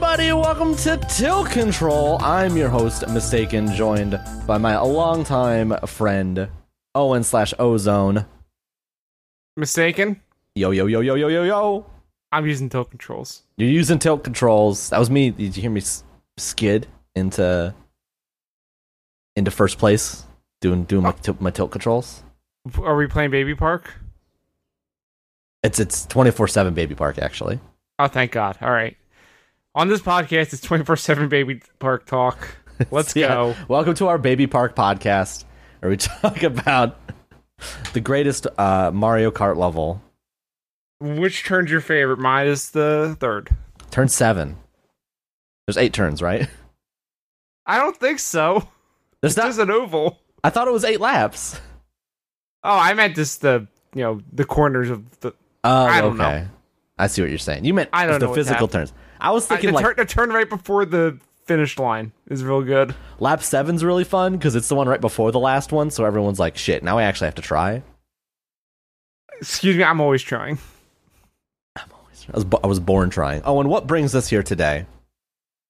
welcome to Till Control. I'm your host, Mistaken, joined by my longtime friend, Owen slash Ozone. Mistaken? Yo, yo, yo, yo, yo, yo, yo. I'm using tilt controls. You're using tilt controls. That was me. Did you hear me s- skid into into first place doing doing my, tilt my tilt controls? Are we playing Baby Park? It's it's 24/7 baby park actually. Oh, thank God. All right. On this podcast, it's 24 7 Baby Park talk. Let's Yeah. go. Welcome to our Baby Park podcast, where we talk about the greatest uh, Mario Kart level. Which turn's your favorite? Mine is the third. Turn seven. There's eight turns, right? I don't think so. There's not. There's an oval. I thought it was eight laps. Oh, I meant just the you know the corners of the. Oh, I don't okay. I see what you're saying. You meant I don't the know what's physical turns. I was I, the, thinking like turn, the turn right before the finish line is real good. lap seven's really fun because it's the one right before the last one, so everyone's like, "Shit, now I actually have to try." Excuse me, I'm always trying. I was, bo- I was born trying. Oh, and what brings us here today?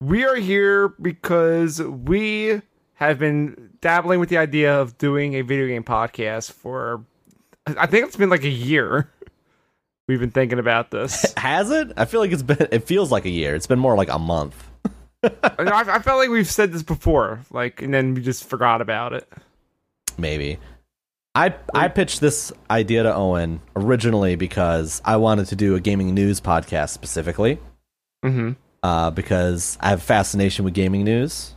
We are here because we have been dabbling with the idea of doing a video game podcast for, I think it's been like a year. We've been thinking about this. Has it? I feel like it's been. It feels like a year. It's been more like a month. I, I felt like we've said this before, like, and then we just forgot about it. maybe. I I pitched this idea to Owen originally because I wanted to do a gaming news podcast specifically Mm-hmm. uh, because I have a fascination with gaming news.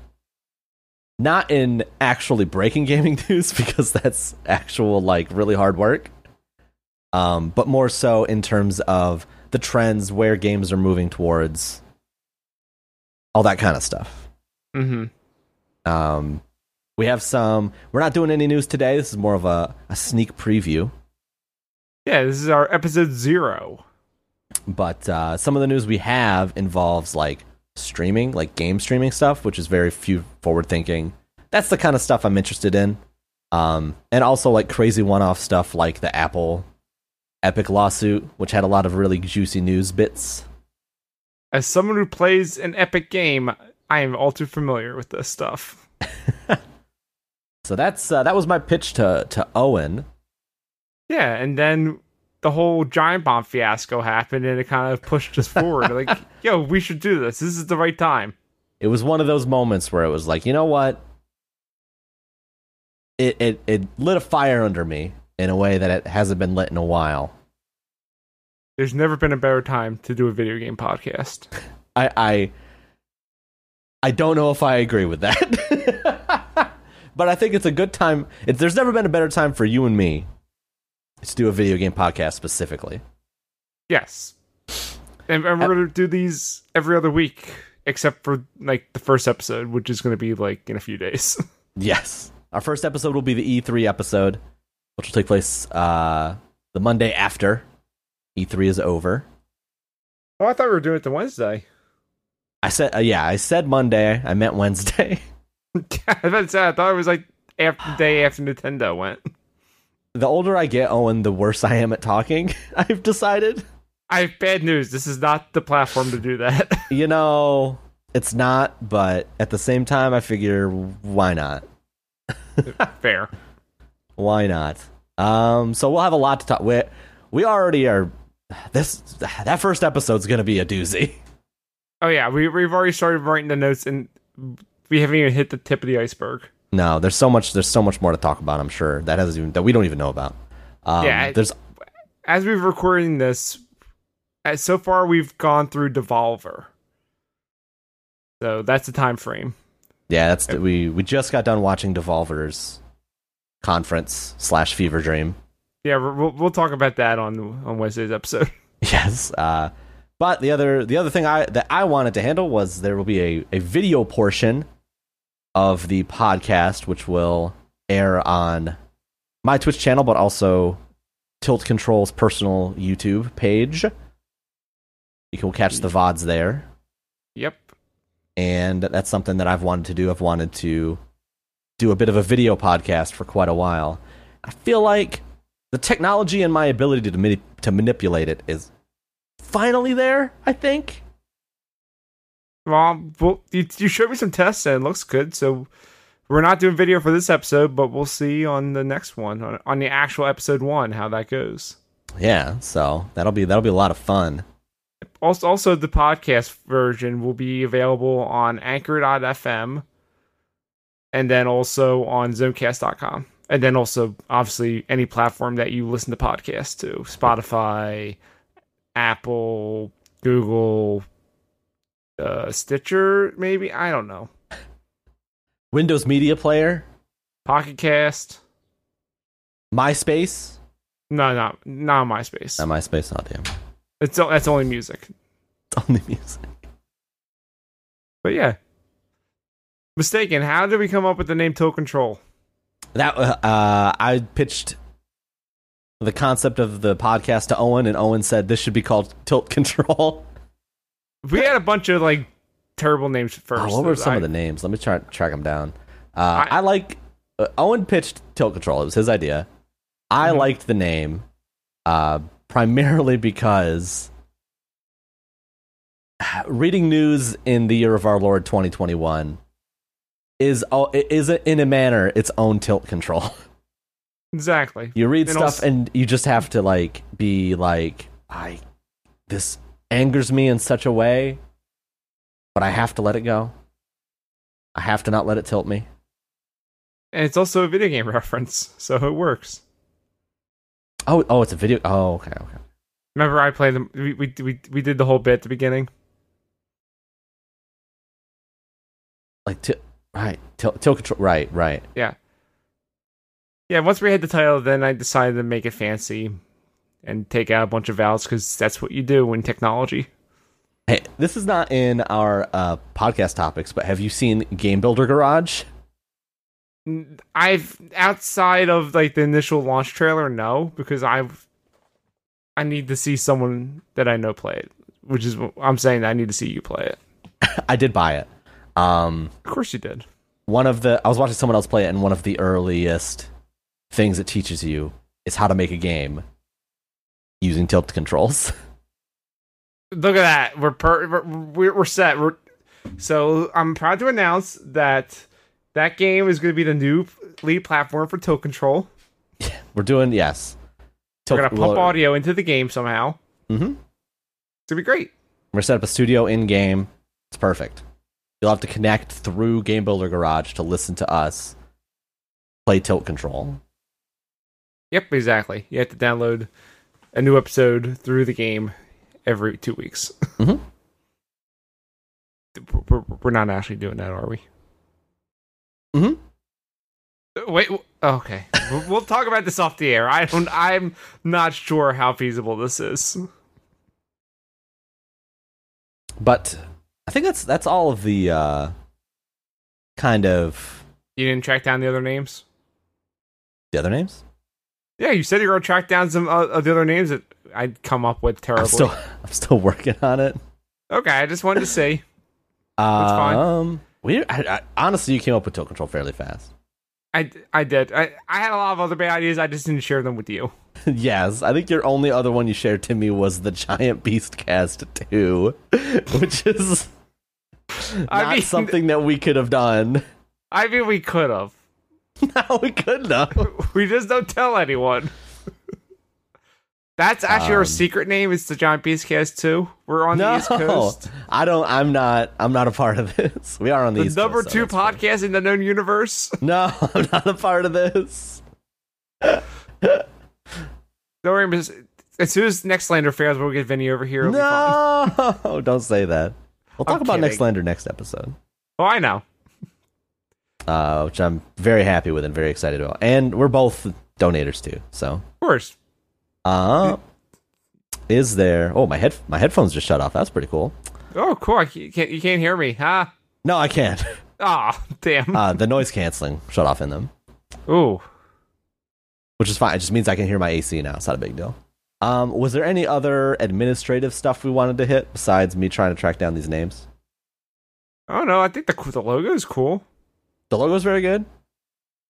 Not in actually breaking gaming news because that's actual like really hard work, um, but more so in terms of the trends where games are moving towards, all that kind of stuff. Mm-hmm. Um, we have some. We're not doing any news today. This is more of a, a sneak preview. Yeah, this is our episode zero. But uh, some of the news we have involves like streaming, like game streaming stuff, which is very few forward thinking. That's the kind of stuff I'm interested in. Um, and also like crazy one off stuff like the Apple Epic lawsuit, which had a lot of really juicy news bits. As someone who plays an epic game, I am all too familiar with this stuff. So that's uh, that was my pitch to to Owen. Yeah, and then the whole giant bomb fiasco happened, and it kind of pushed us forward. like, yo, we should do this. This is the right time. it was one of those moments where it was like, you know what? It it it lit a fire under me in a way that it hasn't been lit in a while. There's never been a better time to do a video game podcast. I I I don't know if I agree with that. but I think it's a good time. It, there's never been a better time for you and me to do a video game podcast specifically. Yes, and, and we're gonna do these every other week, except for like the first episode, which is gonna be like in a few days. Yes. Our first episode will be the E3 episode, which will take place uh the Monday after E3 is over. oh, I thought we were doing it the Wednesday. I said, uh, yeah, I said Monday. I meant Wednesday. I was about to say, I thought it was like after the day after Nintendo went. the older I get, Owen, the worse I am at talking. I've decided. I have bad news. This is not the platform to do that. You know, it's not, but at the same time, I figure, why not? Fair. Why not? Um, so we'll have a lot to talk. We we already are. This that first episode's gonna be a doozy. Oh yeah, we we've already started writing the notes, and we haven't even hit the tip of the iceberg. No, there's so much. There's so much more to talk about. I'm sure that hasn't even that we don't even know about. Um, Yeah, I- there's As we've recording this, as so far we've gone through Devolver, so that's the time frame. yeah. That's we we just got done watching Devolver's conference slash Fever Dream. Yeah, we're- we'll we'll talk about that on on Wednesday's episode. Yes. Uh, but the other the other thing I that I wanted to handle was there will be a, a video portion of the podcast which will air on my Twitch channel, but also Tilt Control's personal YouTube page. You can catch the VODs there Yep. and that's something that I've wanted to do. I've wanted to do a bit of a video podcast for quite a while. I feel like the technology and my ability to mani- to manipulate it is finally there. I think Well, well you, you showed me some tests and it looks good. So we're not doing video for this episode, but we'll see on the next one, on, on the actual episode one, how that goes. Yeah, so that'll be that'll be a lot of fun. Also, also the podcast version will be available on Anchor.fm, and then also on Zonecast.com, and then also obviously any platform that you listen to podcasts to, Spotify, Apple, Google, uh, Stitcher, maybe I don't know, Windows Media Player, Pocket Cast. MySpace. No, not not on MySpace. Not MySpace, not the it's It's o- that's only music. only music. But yeah. Mistaken. How did we come up with the name Toe Control? That uh, I pitched the concept of the podcast to Owen, and Owen said this should be called Tilt Control. We had a bunch of like terrible names first. Oh, what were some I- of the names? Let me try track them down. Uh, I- I, like uh, Owen pitched tilt control. It was his idea. I Mhm. liked the name uh, primarily because reading news in the year of our Lord 2021 is o- is in a manner its own tilt control. Exactly. You read And stuff also- and you just have to like be like, I this angers me in such a way, but I have to let it go. I have to not let it tilt me. And it's also a video game reference, so it works. Oh, oh, it's a video. Oh, okay, okay. Remember I played them we we we, we did the whole bit at the beginning? Like tilt, right? Tilt, tilt control. Right, right. Yeah, once we had the title, then I decided to make it fancy and take out a bunch of vowels because that's what you do in technology. Hey, this is not in our uh, podcast topics, but have you seen Game Builder Garage? I've outside of like the initial launch trailer, no, because I've I need to see someone that I know play it, which is what I'm saying that I need to see you play it. I did buy it. Um, Of course you did. one of the I was watching someone else play it, and one of the earliest things it teaches you is how to make a game using tilt controls. Look at that. We're per- we're- we're, we're set. We're so I'm proud to announce that that game is going to be the new lead platform for Toe Control. We're doing yes. We're going to pump audio into the game somehow. Mhm. It's going to be great. We're set up a studio in game. It's perfect. You'll have to connect through Game Builder Garage to listen to us play Tilt Control. Yep, exactly. You have to download a new episode through the game every two weeks. Mhm. We're, we're not actually doing that, are we? Mhm. Uh, Wait. w- Okay. We'll- we'll talk about this off the air. I don't. I'm not sure how feasible this is. But I think that's that's all of the uh, kind of You didn't track down the other names. the other names. Yeah, you said you were gonna track down some uh, of the other names that I'd come up with terribly. I'm still I'm still working on it. okay, I just wanted to say. fine. Um, we I, I, honestly, you came up with Tilt Control fairly fast. I, I did. I, I had a lot of other bad ideas. I just didn't share them with you. Yes, I think your only other one you shared to me was the Giant Beast Cast 2, which is not I mean- something that we could have done. I mean, we could have. no, we couldn't have. We just don't tell anyone. That's actually our Um, secret name. It's the Giant Beast Cast 2. We're on the East No, Coast. I don't. I'm not. I'm not a part of this. We are on the, The East number Coast, so two oh, that's fine. podcast in the known universe. No, I'm not a part of this. Don't worry, miss. As soon as next Lander fails, we'll get Vinny over here. It'll be fine. No, don't say that. We'll I'm talk about kidding. Next Lander next episode, Oh, I know. uh, which I'm very happy with and very excited about. And we're both donators too. So, Of course. uh, is there? Oh, my head. My headphones just shut off. That's pretty cool. Oh, cool. I c- You can't, you can't hear me, huh? No, I can't. Ah, damn. Uh, the noise canceling shut off in them, Ooh. which is fine. It just means I can hear my AC now. It's not a big deal. Um, was there any other administrative stuff we wanted to hit besides me trying to track down these names? I don't know. I think the, the logo is cool. The logo's very good.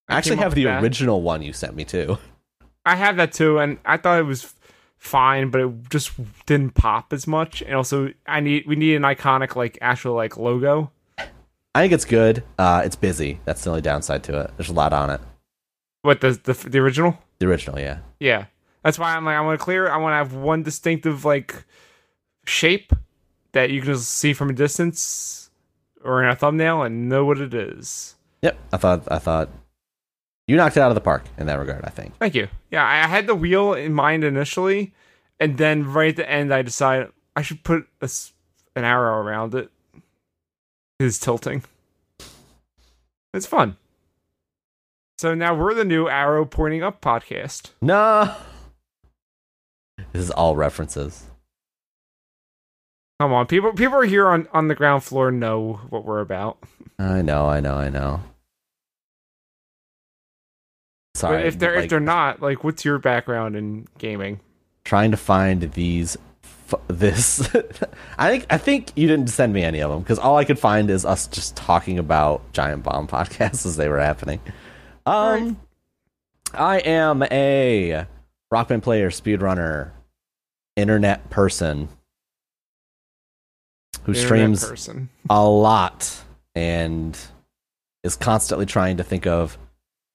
I actually came up have the with that. original one you sent me too. I have that too, and I thought it was fine, but it just didn't pop as much. And also, I need we need an iconic like actual like logo. I think it's good. Uh, it's busy. That's the only downside to it. There's a lot on it. What the the, the original? The original, yeah. Yeah, that's why I'm like I want to clear. I want to have one distinctive like shape that you can just see from a distance or in a thumbnail and know what it is. Yep. I thought. I thought you knocked it out of the park in that regard. I think. Thank you. Yeah, I I had the wheel in mind initially, and then right at the end, I decided I should put a s an arrow around it. It's tilting. It's fun. So now we're the new arrow pointing up podcast. No. This is all references. Come on, people! People are here on on the ground floor know what we're about. I know. I know. I know. Sorry. but if they're if like- they're not, like, what's your background in gaming? trying to find these f- this I think I think you didn't send me any of them because all I could find is us just talking about Giant Bomb podcasts as they were happening. Um I am a rock band player, speedrunner, internet person who Internet streams person. a lot and is constantly trying to think of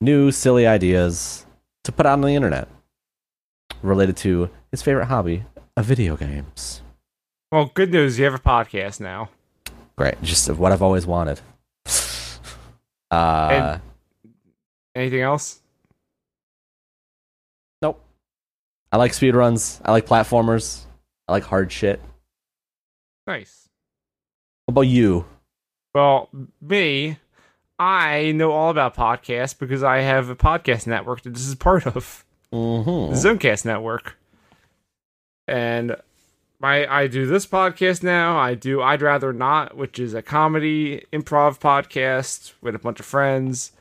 new silly ideas to put out on the internet related to his favorite hobby of video games. Well, good news, you have a podcast now. Great, just what I've always wanted. Uh, And- Anything else? I like speedruns. I like platformers. I like hard shit. Nice. What about you? Well, me, I know all about podcasts because I have a podcast network that this is part of, the Mm-hmm. Zonecast Network. And my I do this podcast now. I do I'd Rather Not, which is a comedy improv podcast with a bunch of friends.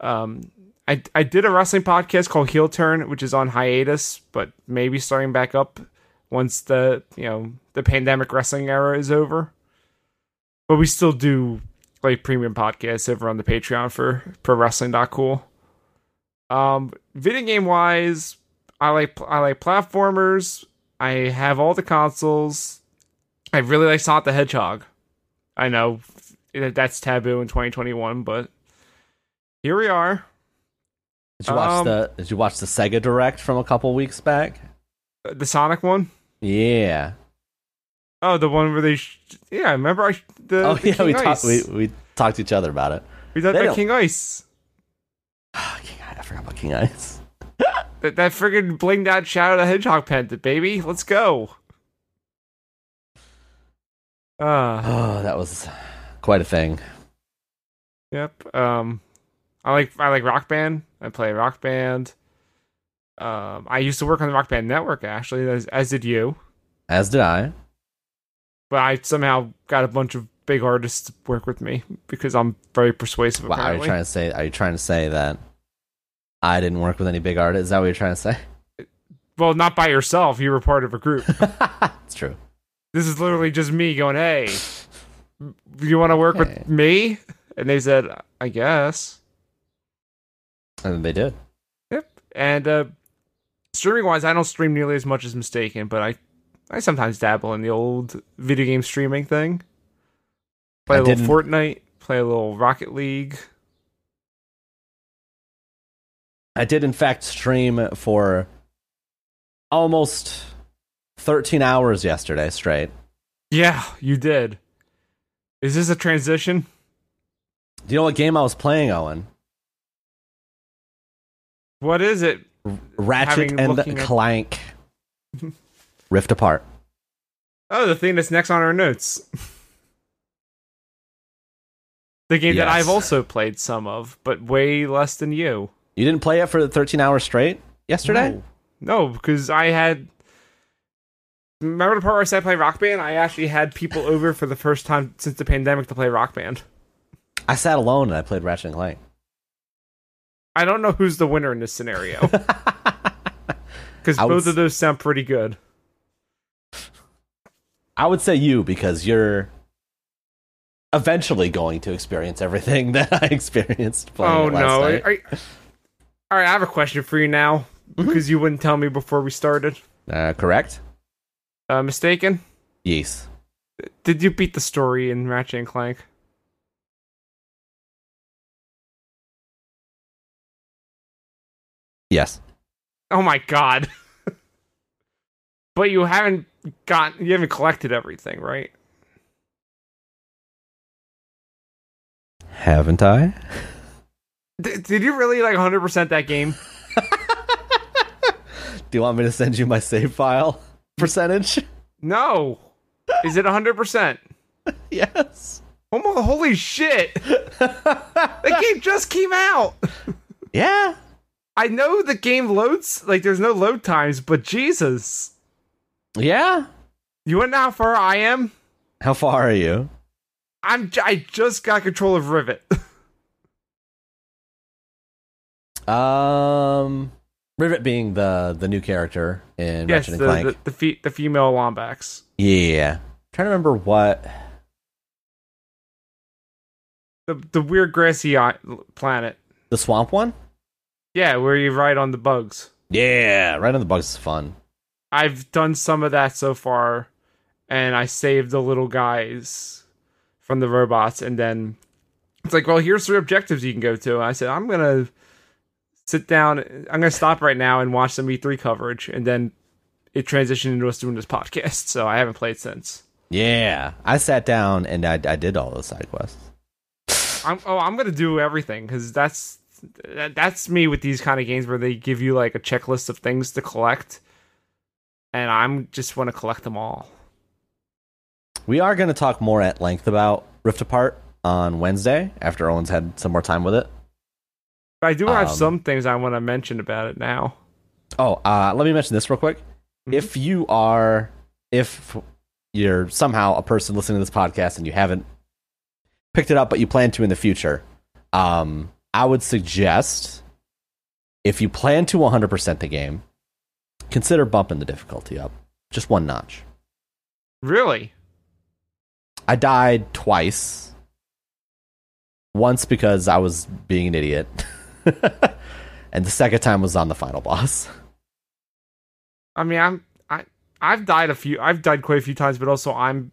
Um I, I did a wrestling podcast called Heel Turn, which is on hiatus, but maybe starting back up once the you know the pandemic wrestling era is over. But we still do like premium podcasts over on the Patreon for pro wrestling cool. Um, video game wise, I like I like platformers. I have all the consoles. I really like Sonic the Hedgehog. I know that- that's taboo in 2021, but here we are. Did you watch Um, the Did you watch the Sega Direct from a couple weeks back? Uh, The Sonic one. Yeah. Uh, Oh, the one where they. Sh- yeah, remember I. The, Oh the yeah, King we Ice. talked we, we talked to each other about it. We did they the don't- King Ice. King, I forgot about King Ice. That that friggin' blinged out Shadow the Hedgehog pendant, baby. Let's go. Uh Oh, that was quite a thing. yep. Um I like I like rock band. I play rock band. Um I used to work on the rock band network actually, as as did you. As did I. But I somehow got a bunch of big artists to work with me because I'm very persuasive Wow, are you apparently. trying to say? Are you trying to say that I didn't work with any big artists? Is that what you're trying to say? well, not by yourself, you were part of a group. it's true. this is literally just me going, "Hey, you want to work Hey. with me?" And they said, "I guess." And they did. Yep. And uh, streaming wise, I don't stream nearly as much as Mistaken, but I I sometimes dabble in the old video game streaming thing. Play I a little didn't- Fortnite, play a little Rocket League. I did, in fact, stream for almost 13 hours yesterday straight. Yeah, you did. Is this a transition? Do you know what game I was playing, Owen? What is it? Ratchet Having- and looking at- Clank Rift Apart. Oh, the thing that's next on our notes. the game that Yes. I've also played some of, but way less than you. You didn't play it for 13 hours straight yesterday? No, because I had. Remember the part where I said I play Rock Band? I actually had people over for the first time since the pandemic to play Rock Band. I sat alone and I played Ratchet and Clank. I don't know who's the winner in this scenario because I would both s- of those sound pretty good. I would say you because you're eventually going to experience everything that I experienced playing Oh it last no! night. Mm-hmm. I- I- all right, I have a question for you now because you wouldn't tell me before we started. Uh, correct? Uh, mistaken? Yes. Did you beat the story in Ratchet and Clank? Yes. Oh my god. but you haven't got you haven't collected everything, right? Haven't I? D- did you really like 100% that game? Do you want me to send you my save file percentage? No. Is it 100%? yes. Oh my, holy shit. That game just came out. yeah. I know the game loads like there's no load times, but Jesus. Yeah. You wanna know how far I am? How far are you? I'm j- I just got control of Rivet. Um, Rivet being the the new character in yes, Ratchet the and Clank. the, the, fe- the female Lombax. yeah. trying to remember what. The the weird grassy i- planet. The swamp one? Yeah, where you ride on the bugs. Yeah. Right on the bugs is fun. I've done some of that so far, and I saved the little guys from the robots, and then it's like, well, here's three objectives you can go to. And I said, I'm gonna sit down, I'm gonna stop right now and watch some E3 coverage, and then it transitioned into us doing this podcast, so I haven't played since. Yeah. I sat down and I, I did all those side quests. I'm oh, I'm gonna do everything because that's that, that's me with these kind of games where they give you like a checklist of things to collect, and I'm just want to collect them all. We are going to talk more at length about Rift Apart on Wednesday after Owen's had some more time with it. But I do have Um, some things I want to mention about it now. Oh, uh, let me mention this real quick. Mhm. If you are, if you're somehow a person listening to this podcast and you haven't picked it up, but you plan to in the future, um, I would suggest if you plan to 100% the game, consider bumping the difficulty up just one notch. Really? I died twice. Once because I was being an idiot, and the second time was on the final boss. I mean, I'm I I've died a few. I've died quite a few times, but also I'm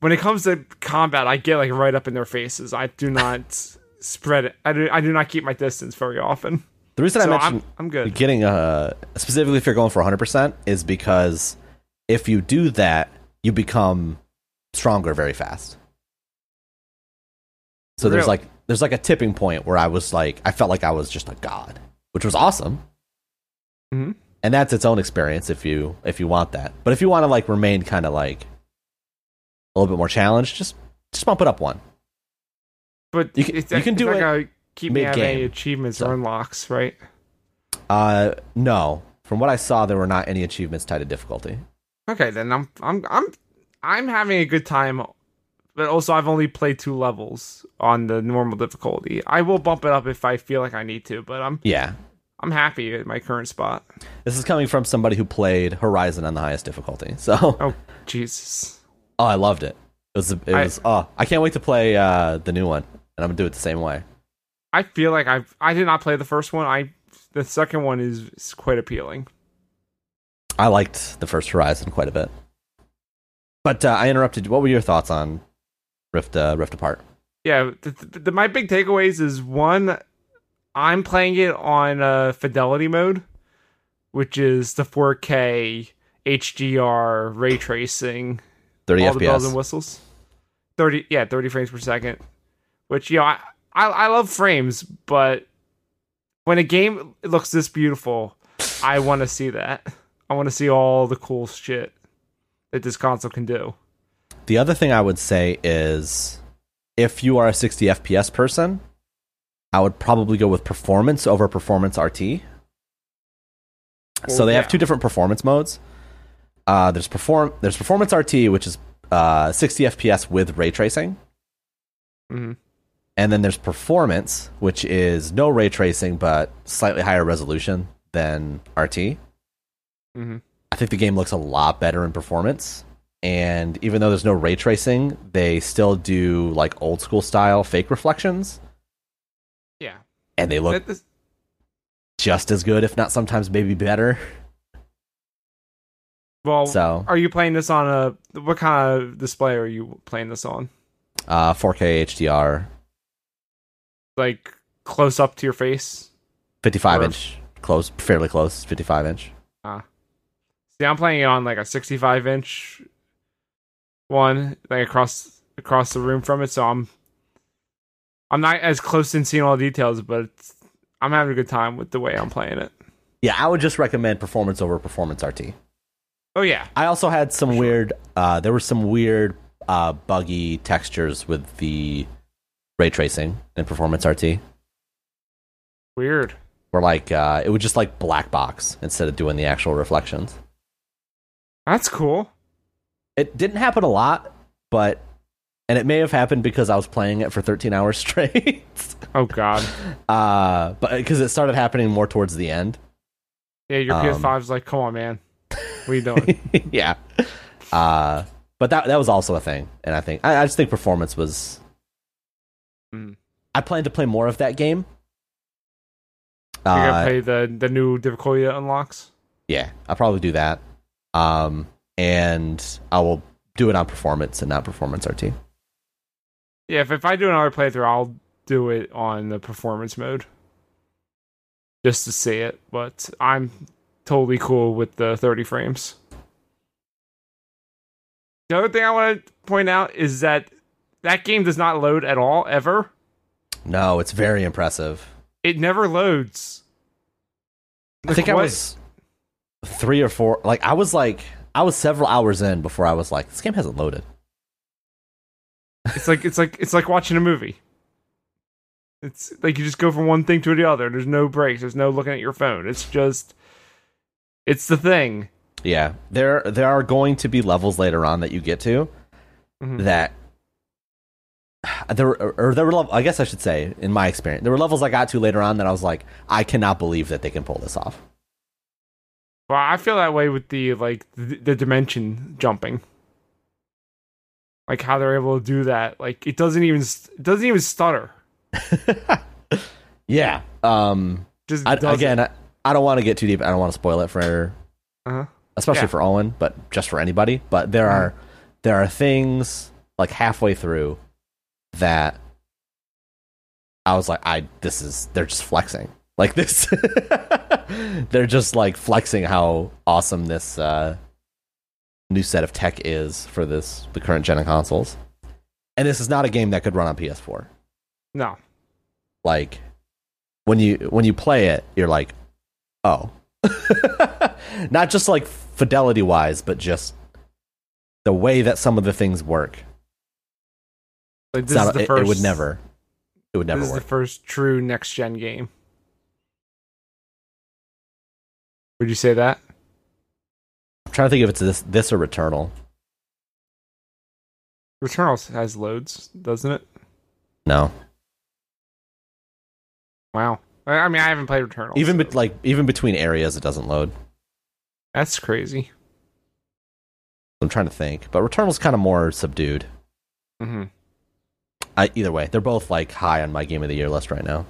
when it comes to combat, I get like right up in their faces. I do not spread it. I do I do not keep my distance very often. The reason So I mentioned I'm I'm good. getting a specifically if you're going for 100% is because if you do that you become stronger very fast so there's Really? like there's like a tipping point where i was like i felt like i was just a god which was awesome Mhm. and that's its own experience if you if you want that but if you want to like remain kind of like a little bit more challenged just just bump it up one But you can- you can do not it gonna keep me having any mid-game. achievements So- or unlocks, right? uh no from what i saw there were not any achievements tied to difficulty Okay, then I'm I'm I'm I'm having a good time. But also, I've only played two levels on the normal difficulty. I will bump it up if I feel like I need to, but I'm yeah I'm happy at my current spot. This is coming from somebody who played Horizon on the highest difficulty. So, oh, Oh Jesus! I loved it. It was, it I- was. oh, I can't wait to play uh, the new one, and I'm gonna do it the same way. I feel like I I did not play the first one. I the second one is, is quite appealing. I liked the first Horizon quite a bit. But uh, I interrupted. What were your thoughts on Rift uh, Rift Apart? Yeah, the, the, the- my big takeaways is one, I'm playing it on uh, fidelity mode, which is the 4K HDR ray tracing 30 all the bells and FPS. whistles. Thirty, yeah, thirty frames per second. Which you know, I, I I love frames, but when a game looks this beautiful, I want to see that. I want to see all the cool shit that this console can do. The other thing I would say is, if you are a 60 FPS person, I would probably go with performance over performance RT. so Well, they yeah. have two different performance modes. Uh, there's perform there's performance RT, which is uh, 60 FPS with ray tracing, Mhm. and then there's performance, which is no ray tracing but slightly higher resolution than RT. Mhm. I think the game looks a lot better in performance, and even though there's no ray tracing, they still do like old school style fake reflections, Yeah, and they look That- this- just as good, if not sometimes maybe better. Well, So are you playing this on a what kind of display are you playing this on? uh, 4K HDR, Like close up to your face? 55 Or- inch, close, fairly close, 55 inch. Ah. See, I'm playing it on like a 65 inch one, like across across the room from it. So I'm I'm not as close in seeing all the details, but it's, I'm having a good time with the way I'm playing it. Yeah, I would just recommend performance over performance RT. Oh yeah, I also had some weird. Uh, there were some weird uh, buggy textures with the ray tracing and performance RT, weird. where like uh, it would just like black box instead of doing the actual reflections. That's cool. It didn't happen a lot, but and it may have happened because I was playing it for 13 hours straight. Oh god, uh, but because it started happening more towards the end. yeah, your Um, PS5's like, come on, man, what are you doing? yeah. Uh, but that that was also a thing, and I think I, I just think performance was. Mm. I plan to play more of that game. You're gonna Uh, play the the new difficulty that unlocks. yeah, I'll probably do that. Um, and I will do it on performance and not performance RT. Yeah, if, if I do another playthrough, I'll do it on the performance mode just to see it. But I'm totally cool with the 30 frames. The other thing I want to point out is that that game does not load at all, ever. No, it's very impressive. It never loads. I think I what- was three or four. Like I was like I was several hours in before I was like this game hasn't loaded. It's like it's like it's like watching a movie. It's like you just go from one thing to the other. There's no breaks. There's no looking at your phone. It's just, it's the thing. Yeah, there there are going to be levels later on that you get to Mhm. that there were- or there were level, I guess I should say in my experience there were levels I got to later on that I was like I cannot believe that they can pull this off. Well, I feel that way with the like the, the dimension jumping, like how they're able to do that. Like it doesn't even st- it doesn't even stutter. Yeah. Um. Just I, does again, I, I don't want to get too deep. I don't want to spoil it for uh especially Yeah. for Owen, but just for anybody. But there are there are things like halfway through that I was like, I this is they're just flexing like this. they're just like flexing how awesome this uh, new set of tech is for this the current gen of consoles. And this is not a game that could run on PS4. no, Like when you when you play it, you're like, oh not just like fidelity wise but just the way that some of the things work like, It's this is not- the it, first. it would never it would never this is work the first true next gen game. Would you say that? i'm trying to think if it's this this or returnal Returnal has loads, doesn't it? no Wow. I I mean, I haven't played Returnal. even so bet like even between areas it doesn't load that's crazy. i'm trying to think but returnal's kind of more subdued Mm-hmm. I, either way they're both like high on my game of the year list right now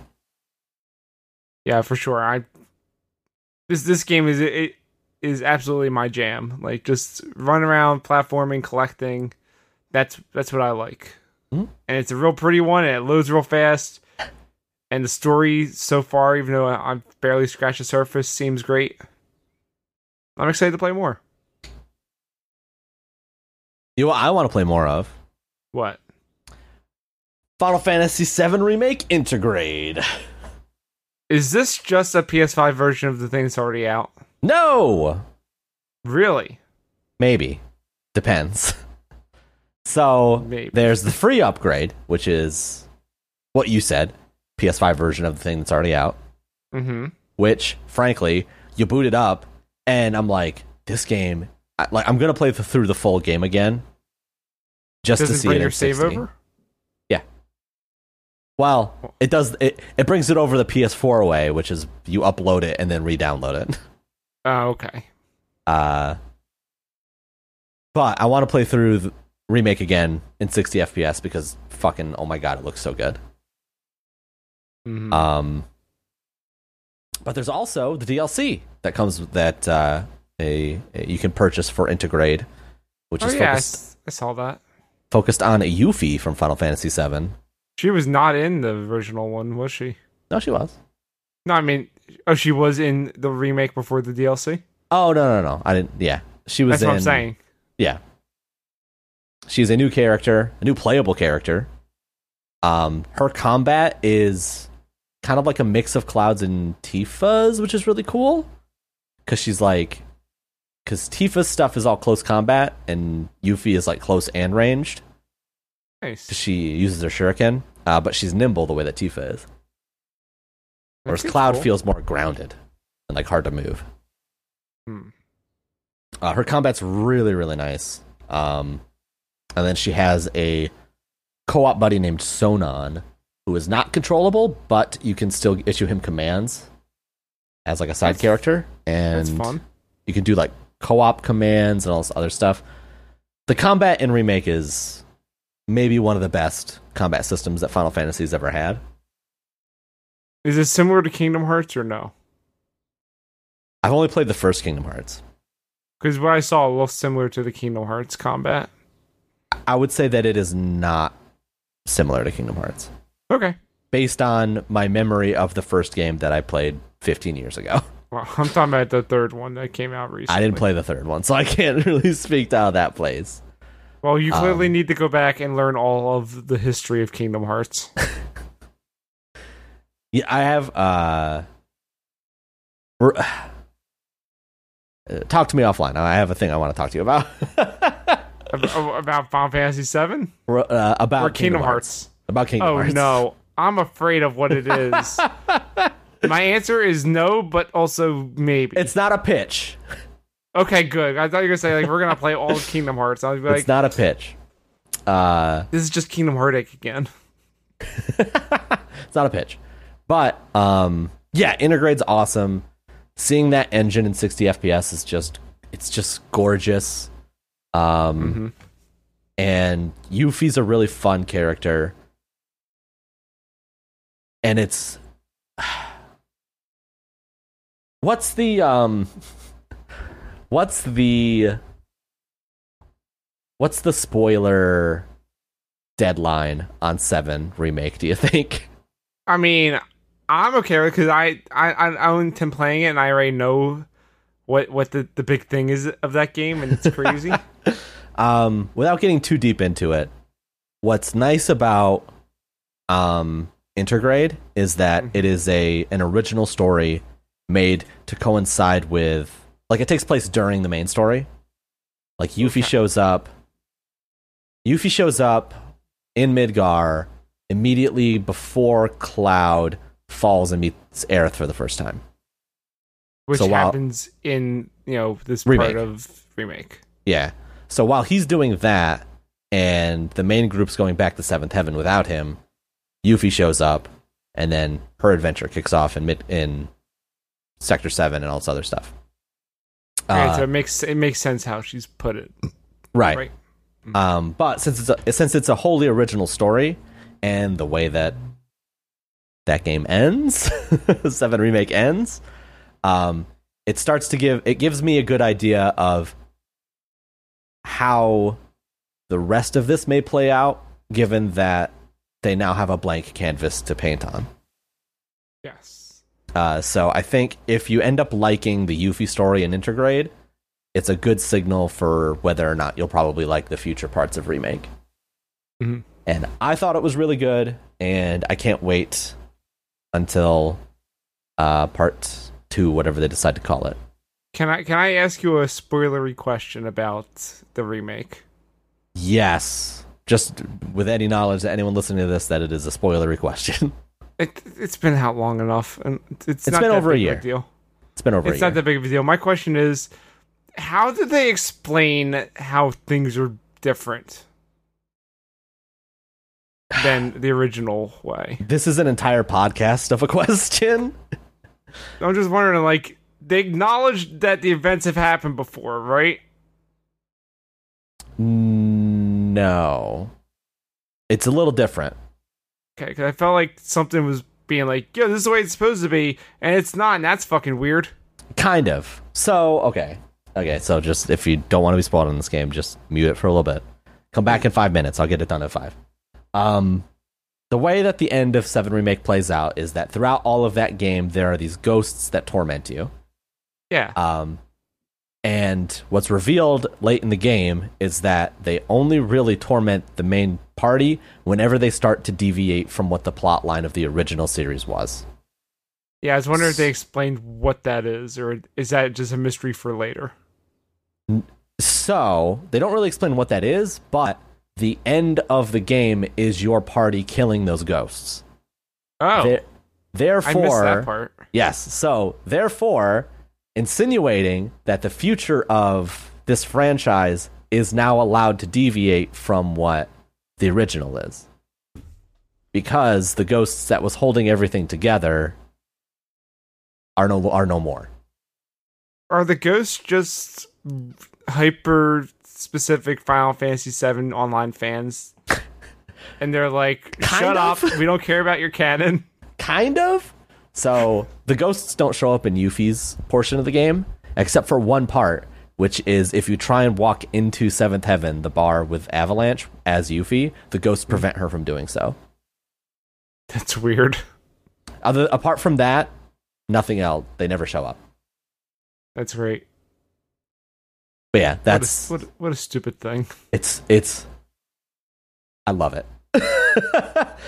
Yeah, for sure. I this this game is it is absolutely my jam. Like just run around, platforming, collecting. That's that's what I like. Mhm. And it's a real pretty one. And it loads real fast. And the story so far, even though I- I've barely scratched the surface, seems great. I'm excited to play more. you know what i want to play more of What? final fantasy VII remake integrate Is this just a PS5 version of the thing that's already out? no Really? Maybe. Depends. so Maybe. there's the free upgrade, which is what you said PS5 version of the thing that's already out, Mm-hmm. which, frankly, you boot it up, and I'm like, this game, I, like, I'm going to play the, through the full game again just Does to it see bring it. your in save 60. over? Well, it does, it, it brings it over the PS4 way, which is you upload it and then re download it. Oh, okay. Uh, but I want to play through the remake again in 60 FPS because fucking oh my god, it looks so good. Mhm. Um, but there's also the DLC that comes that uh, a, a- you can purchase for Integrate, which Oh is yeah, I, focused s- I saw that. focused on Yuffie from Final Fantasy VII. She was not in the original one, was she? No, she was. No, I mean, oh, she was in the remake before the DLC. Oh no, no, no. I didn't. Yeah, she was. That's what in- I'm saying. Yeah. She's a new character, a new playable character. Um, her combat is kind of like a mix of Clouds and Tifa's, which is really cool. Cause she's like, cause Tifa's stuff is all close combat, and Yuffie is like close and ranged. Cause Nice. she uses her shuriken, uh, but she's nimble the way that Tifa is. That Whereas seems Cloud cool. feels more grounded and like hard to move. Hmm. Uh, her combat's really, really nice. Um, and then she has a co op buddy named Sonon, who is not controllable, but you can still issue him commands as like a side That's- character. And That's fun. you can do like co op commands and all this other stuff. The combat in Remake is maybe one of the best combat systems that Final Fantasy's ever had. Is it similar to Kingdom Hearts or no? I've only played the first Kingdom Hearts. Because what I saw looked similar to the Kingdom Hearts combat. I would say that it is not similar to Kingdom Hearts. Okay. based on my memory of the first game that I played 15 years ago. Well, I'm talking about the third one that came out recently. I didn't play the third one, so I can't really speak to how that plays. Well, you clearly um, need to go back and learn all of the history of Kingdom Hearts. Yeah, I have. Uh, we're- uh, talk to me offline. I have a thing I want to talk to you about Ab- about Final Fantasy VII We're, uh, about or Kingdom Hearts. About Kingdom oh Hearts. no, I'm afraid of what it is. My answer is no, but also maybe. it's not a pitch. okay, good. I thought you were gonna say like we're gonna play all of Kingdom Hearts. I was like, it's not a pitch. Uh, this is just Kingdom Heartache again. it's not a pitch. But um yeah, Intergrade's awesome. Seeing that engine in 60 FPS is just it's just gorgeous. Um Mhm. and Yuffie's a really fun character. And it's What's the um What's the What's the spoiler deadline on 7 remake, do you think? I mean, I'm okay with because I I I own Tim playing it and I already know what what the the big thing is of that game and it's crazy. um, without getting too deep into it, what's nice about um, Intergrade is that it is a an original story made to coincide with like it takes place during the main story. Like Yuffie shows up. Yuffie shows up in Midgar immediately before Cloud falls and meets Aerith for the first time. which So while- happens in you know this Remake. part of remake. Yeah. So while he's doing that, and the main group's going back to Seventh Heaven without him, Yuffie shows up, and then her adventure kicks off in mid in Sector Seven and all this other stuff. Alright, Uh, so it makes it makes sense how she's put it. right. right. Um, but since it's a, since it's a wholly original story, and the way that that game ends, Seven Remake ends, um, it starts to give it gives me a good idea of how the rest of this may play out, given that they now have a blank canvas to paint on. Yes. Uh, so I think if you end up liking the Yuffie story in Intergrade, it's a good signal for whether or not you'll probably like the future parts of Remake. Mm-hmm. Mhm. And I thought it was really good, and I can't wait until uh, part two, whatever they decide to call it. Can I can I ask you a spoilery question about the remake? Yes, just with any knowledge that anyone listening to this, that it is a spoilery question. It it's been out long enough, and it's, not been that over a big year. Of a deal. it's been over. It's a year. not that big of a deal. My question is, how do they explain how things are different than the original way? this is an entire podcast of a question. I'm just wondering, like, they acknowledge that the events have happened before, right? No, it's a little different. Okay, because I felt like something was being like, yo, this is the way it's supposed to be, and it's not, and that's fucking weird. Kind of. So, okay. Okay, so just if you don't want to be spoiled on this game, just mute it for a little bit. Come back in five minutes. I'll get it done at five. Um, the way that the end of Seven Remake plays out is that throughout all of that game, there are these ghosts that torment you. Yeah. Um, and what's revealed late in the game is that they only really torment the main party whenever they start to deviate from what the plot line of the original series was. Yeah, I was wondering if they explained what that is, or is that just a mystery for later? So they don't really explain what that is, but the end of the game is your party killing those ghosts. Oh, There- I missed therefore, that part. Yes. So, therefore, insinuating that the future of this franchise is now allowed to deviate from what the original is. Because the ghosts that was holding everything together are no are no more. Are the ghosts just hyper specific Final Fantasy VII online fans? and they're like, Kind shut of. up, we don't care about your canon. Kind of. So the ghosts don't show up in Yuffie's portion of the game, except for one part, which is if you try and walk into Seventh Heaven, the bar with Avalanche as Yuffie, the ghosts prevent her from doing so. That's weird. Other apart from that, nothing else. They never show up. That's great. But yeah, What a- that's what, a, what a stupid thing. it's it's. I love it.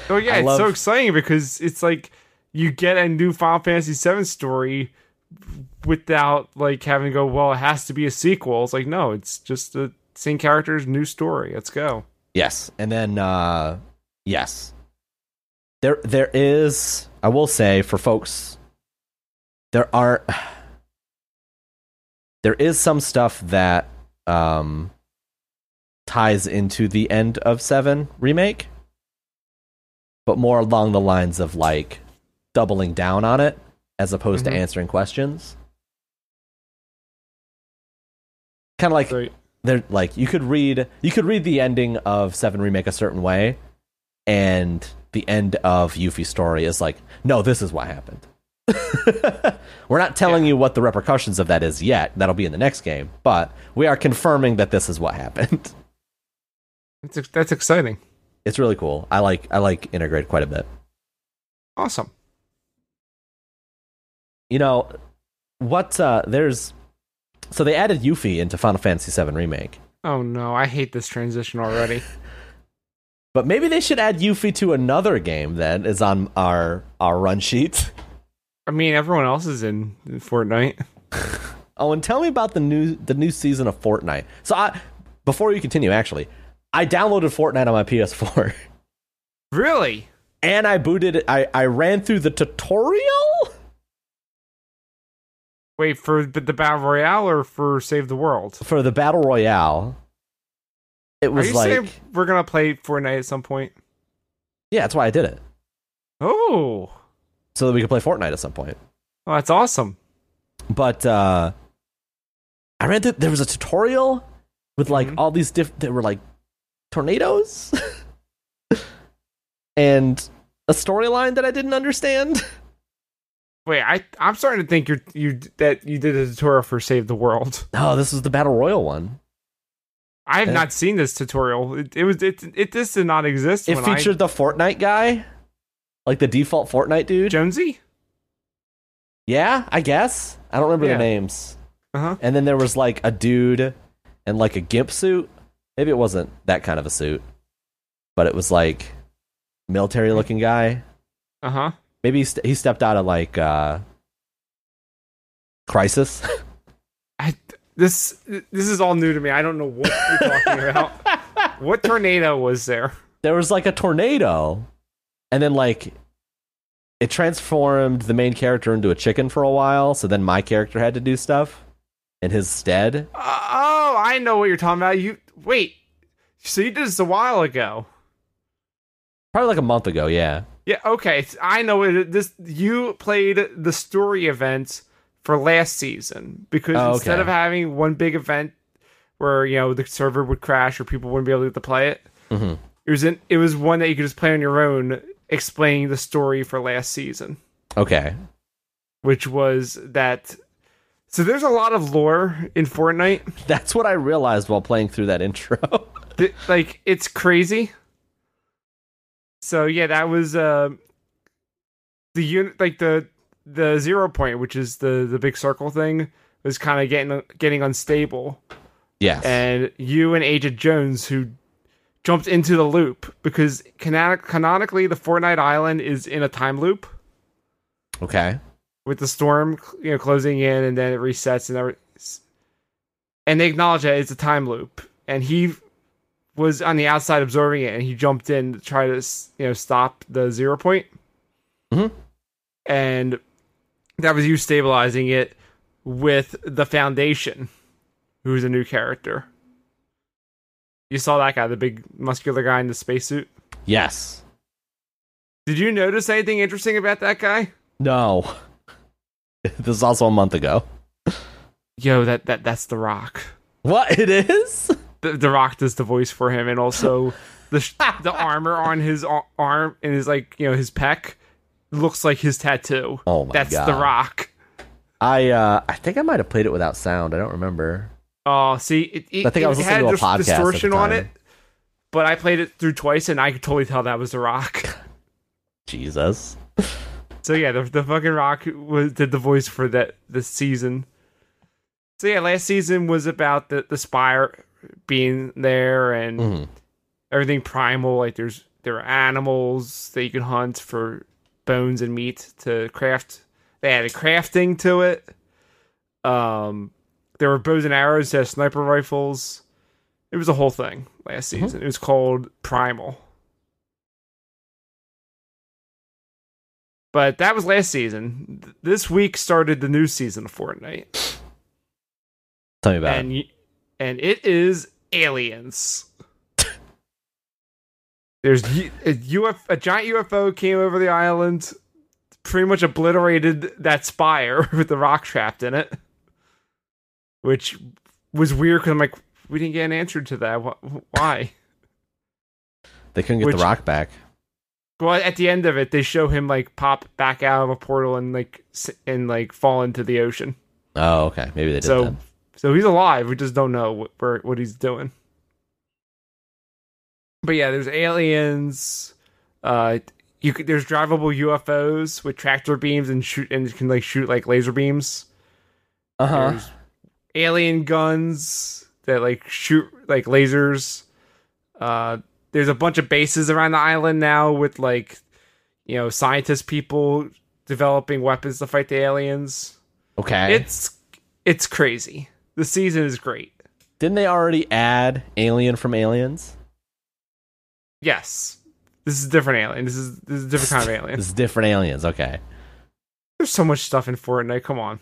Oh yeah, I it's so love- exciting because it's like you get a new Final Fantasy VII story without like having to go. Well, it has to be a sequel. It's like no, it's just the same characters, new story. Let's go. Yes, and then uh yes, there there is. I will say for folks, there are there is some stuff that um ties into the end of Seven remake, but more along the lines of like doubling down on it as opposed Mhm. to answering questions. Kind of like So they're like you could read you could read the ending of Seven Remake a certain way, and the end of Yuffie's story is like, no, this is what happened. We're not telling you what the repercussions of that is yet. That'll be in the next game, but we are confirming that this is what happened. that's ex- that's exciting. It's really cool. I like I like integrate quite a bit. Awesome. You know what? Uh, there's so they added Yuffie into Final Fantasy VII Remake, Oh no, I hate this transition already. but maybe they should add Yuffie to another game that is on our our run sheet. I mean, everyone else is in Fortnite. Oh, and tell me about the new the new season of Fortnite. So I before you continue, actually, I downloaded Fortnite on my PS4 Really? and I booted it. I, I ran through the tutorial Wait for the the battle royale or for save the world? for the battle royale. It Are was you like saying we're gonna play Fortnite at some point? Yeah, that's why I did it. Oh, So that we could play Fortnite at some point. oh that's awesome. But uh I ran through there was a tutorial with like Mhm. all these different there were like tornadoes and a storyline that I didn't understand. Wait, I I'm starting to think you're you that you did a tutorial for Save the World. Oh, this was the battle royal one. I have Yeah. not seen this tutorial. It, it was it, it this did not exist. It when featured the Fortnite guy, like the default Fortnite I, dude. Jonesy. yeah, I guess. I don't remember Yeah. the names. Uh huh. And then there was like a dude and like a gimp suit. Maybe it wasn't that kind of a suit, but it was like military looking guy. Uh huh. Maybe he, st- he stepped out of like uh crisis. I this this is all new to me. I don't know what you're talking about. What tornado was there? there was like a tornado and then like it transformed the main character into a chicken for a while so then my character had to do stuff in his stead Oh, I know what you're talking about. You wait. So you did this a while ago. probably like a month ago yeah Yeah, okay. it's- I know it. This you played the story event for last season because Oh, instead okay. of having one big event where you know the server would crash or people wouldn't be able to play it, Mhm. it was in, it was one that you could just play on your own, explaining the story for last season, okay which was that So there's a lot of lore in Fortnite. That's what I realized while playing through that intro. Th- like it's crazy. So yeah, that was uh, the unit, like the the zero point, which is the the big circle thing, was kind of getting getting unstable, yes. and you and Agent Jones who jumped into the loop because canonic- canonically the Fortnite island is in a time loop okay. with the storm, you know, closing in, and then it resets, and every, and they acknowledge that it's a time loop, and he was on the outside observing it, and he jumped in to try to, s- you know, stop the zero point, Mm-hmm. Mhm. and that was you stabilizing it with the foundation, who's a new character. You saw that guy, the big muscular guy in the spacesuit. Yes. Did you notice anything interesting about that guy? No. this is also a month ago. Yo, that that that's the Rock. What it is? the, the Rock does the voice for him, and also the sh- the armor on his ar- arm and his like you know his pec looks like his tattoo. Oh my That's god. the Rock. I uh I think I might have played it without sound. I don't remember. Oh, see, it, it, I think I it was listening had to a dis- podcast at the distortion on it, time. but I played it through twice, and I could totally tell that was the Rock. Jesus. So yeah, the, the fucking Rock was, did the voice for that this season. So yeah, last season was about the the Spire being there and. Mhm. everything primal. Like there's there are animals that you can hunt for bones and meat to craft. They added crafting to it. Um, there were bows and arrows that sniper rifles. It was a whole thing last season. It was called Primal. But that was last season. Th- This week started the new season of Fortnite, Tell me about and it. y- and it is aliens. There's U- a, Uf- a giant UFO came over the island, pretty much obliterated that spire with the rock trapped in it, which was weird because I'm like, we didn't get an answer to that. Wh- Why? They couldn't get which- the rock back. well, at the end of it, they show him like pop back out of a portal and like s- and like fall into the ocean. Oh, okay. Maybe they did so then. so he's alive. We just don't know what where, what he's doing. But yeah, there's aliens. Uh, you could, there's drivable UFOs with tractor beams and shoot and can like shoot like laser beams. Uh-huh. There's alien guns that like shoot like lasers. Uh, there's a bunch of bases around the island now with like you know scientist people developing weapons to fight the aliens. Okay. It's it's crazy. The season is great. Didn't they already add Alien from Aliens? Yes. This is a different alien. This is this is a different kind of alien. It's different aliens. Okay. There's so much stuff in Fortnite. Come on.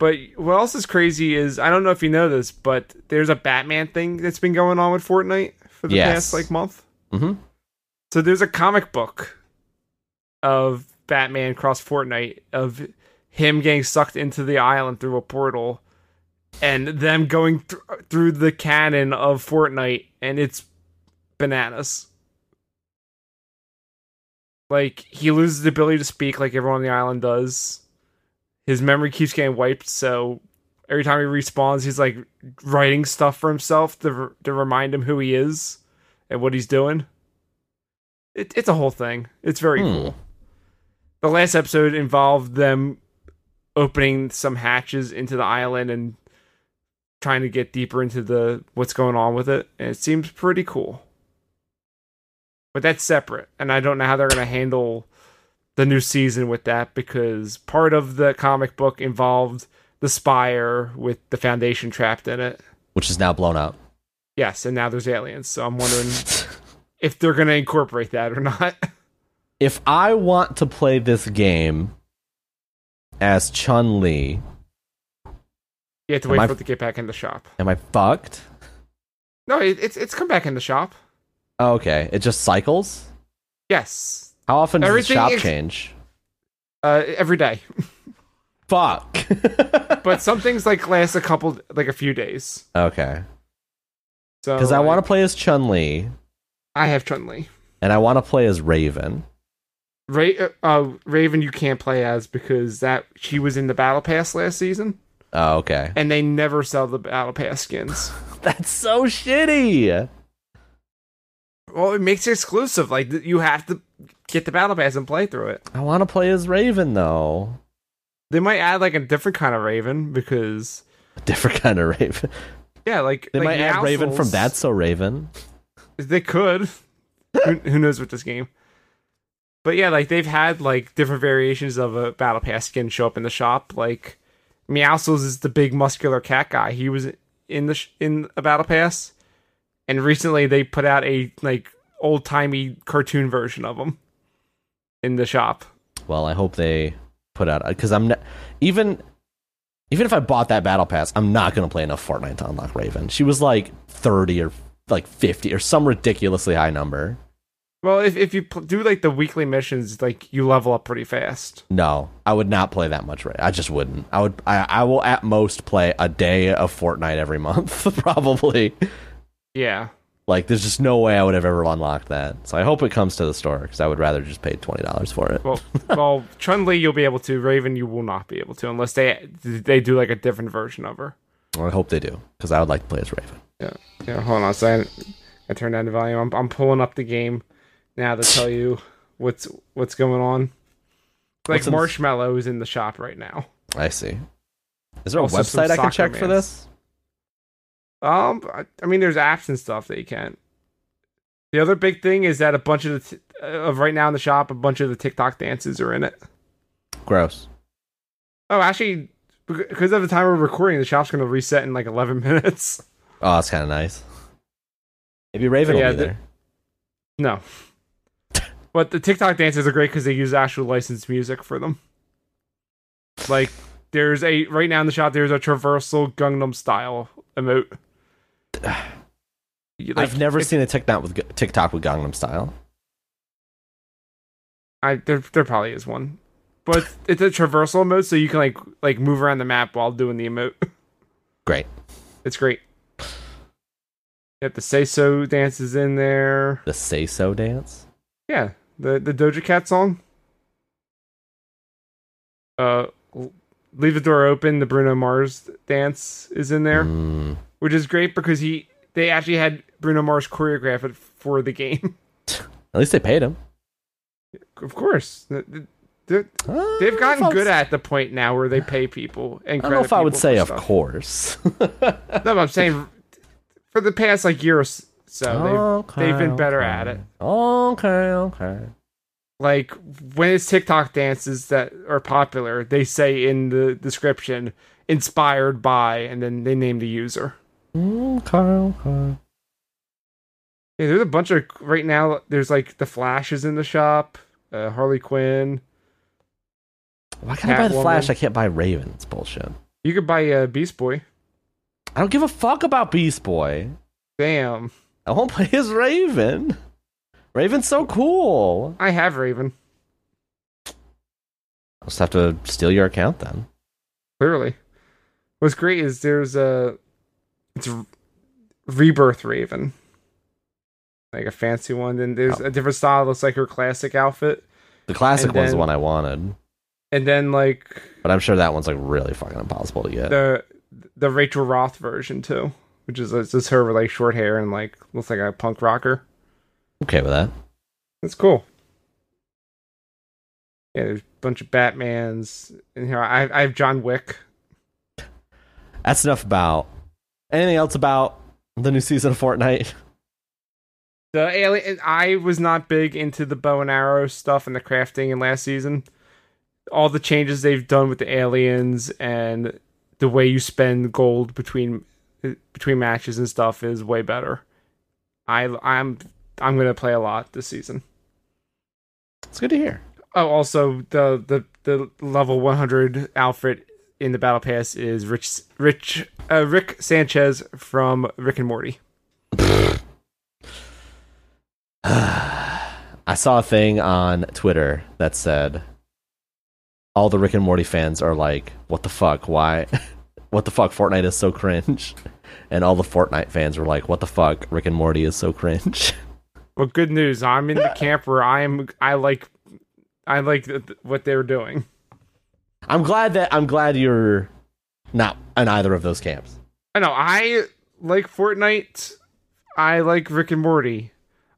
But what else is crazy is I don't know if you know this, but there's a Batman thing that's been going on with Fortnite for the Yes. past like month. hmm So there's a comic book of Batman cross Fortnite of him getting sucked into the island through a portal and them going thr through the canon of Fortnite and it's bananas. Like he loses the ability to speak like everyone on the island does. His memory keeps getting wiped, so every time he respawns, he's like writing stuff for himself to r- to remind him who he is and what he's doing. It, it's a whole thing. It's very Hmm. cool. The last episode involved them opening some hatches into the island and trying to get deeper into the what's going on with it, and it seems pretty cool. But that's separate, and I don't know how they're going to handle the new season with that because part of the comic book involved the spire with the foundation trapped in it. Which is now blown up. Yes, and now there's aliens, so I'm wondering if they're going to incorporate that or not. if I want to play this game as Chun Li, You have to Am wait I- for it to get back in the shop. am I fucked? No, it, it's it's come back in the shop. Oh, okay. It just cycles? Yes, How often does Everything the shop is- change? uh, every day, Fuck. but some things like last a couple, like a few days. okay. So Because I want to play as Chun Li I have Chun Li. and I want to play as Raven. Ra- uh, uh, Raven, you can't play as because that she was in the battle pass last season, Oh, okay. and they never sell the battle pass skins. That's so shitty. well, it makes it exclusive. Like th- you have to get the battle pass and play through it. I want to play as Raven though. They might add like a different kind of Raven because A different kind of Raven. yeah, like They like might add Raven from Yowzles- That's So Raven. They could. who, who knows with this game? But yeah, like they've had like different variations of a battle pass skin show up in the shop. Like Meowsles is the big muscular cat guy. He was in the sh- in a battle pass, and recently they put out a like old timey cartoon version of him in the shop. Well, I hope they put out because I'm not, even even if I bought that battle pass, I'm not gonna play enough Fortnite to unlock Raven. She was like 30 or like 50 or some ridiculously high number. Well, if if you pl- do like the weekly missions, like you level up pretty fast. No, I would not play that much Raven. I just wouldn't. I would. I, I will at most play a day of Fortnite every month, probably. Yeah. Like, there's just no way I would have ever unlocked that. So I hope it comes to the store because I would rather just pay twenty dollars for it. Well, well, Chun Li you'll be able to. Raven you will not be able to unless they they do like a different version of her. I hope they do because I would like to play as Raven. Yeah. Yeah. Hold on a second. I turned down the volume. I'm I'm pulling up the game now to tell you what's what's going on. Like What's in- Marshmallow is in the shop right now. I see. Is there a Also some website I can soccer check for mans. this? Um, I, I mean, there's apps and stuff that you can't. The other big thing is that a bunch of the t- uh, of right now in the shop, a bunch of the TikTok dances are in it. Gross. Oh, actually, bec- because of the time we're recording, the shop's going to reset in like 11 minutes. Oh, that's kind of nice. Maybe Raven Yeah, will be the- there. No. but the TikTok dances are great because they use actual licensed music for them. Like there's a right now in the shop there's a traversal Gangnam style emote. You- like, I've never if- seen a TikTok with Gu- TikTok with Gangnam Style. I there there probably is one. But it's a traversal emote, so you can like like move around the map while doing the emote. Great. It's great. You have the say so dances in there. The say so dance. Yeah, the the Doja Cat song. Uh, L- leave the door open. The Bruno Mars dance is in there, Mm. which is great because he they actually had Bruno Mars choreograph it for the game. At least they paid him. of course, Th- th- th- they've gotten good at the point now where they pay people and Mm, I don't know credit if I would people say for of stuff. course. No, but I'm saying for the past like year or s- so, they've Okay, they've been better okay. at it. Okay, okay. like when it's TikTok dances that are popular, they say in the description inspired by and then they name the user. Okay, okay. Yeah, there's a bunch of right now there's like the Flash is in the shop, uh, Harley Quinn. Why can't I buy the Flash? Catwoman. I can't buy Raven. It's bullshit. You could buy a uh, Beast Boy. I don't give a fuck about Beast Boy. Damn. I won't play as Raven. Raven's so cool. I have Raven, I'll just have to steal your account then. clearly. What's great is there's a it's a rebirth Raven. Like a fancy one, then there's a different style that's like her classic outfit. The classic And one's the then- one I wanted, And then like but I'm sure that one's like really fucking impossible to get. the the Rachel Roth version too, which is it's just her with like short hair and like looks like a punk rocker. okay with that. That's cool. Yeah, there's a bunch of Batmans in here. I I have John Wick. That's enough about. Anything else about the new season of Fortnite? The alien. I was not big into the bow and arrow stuff and the crafting in last season. All the changes they've done with the aliens and the way you spend gold between between matches and stuff is way better. I I'm I'm gonna play a lot this season. It's good to hear. Oh, also the the the level 100 outfit in the battle pass is Rich Rich uh, Rick Sanchez from Rick and Morty. I saw a thing on Twitter that said all the Rick and Morty fans are like, "What the fuck? Why? what the fuck? Fortnite is so cringe." And all the Fortnite fans were like, "What the fuck? Rick and Morty is so cringe." Well, good news. I'm in the camp where I'm I like I like th- th- what they were doing. I'm glad that I'm glad you're not in either of those camps. I know. I like Fortnite. I like Rick and Morty.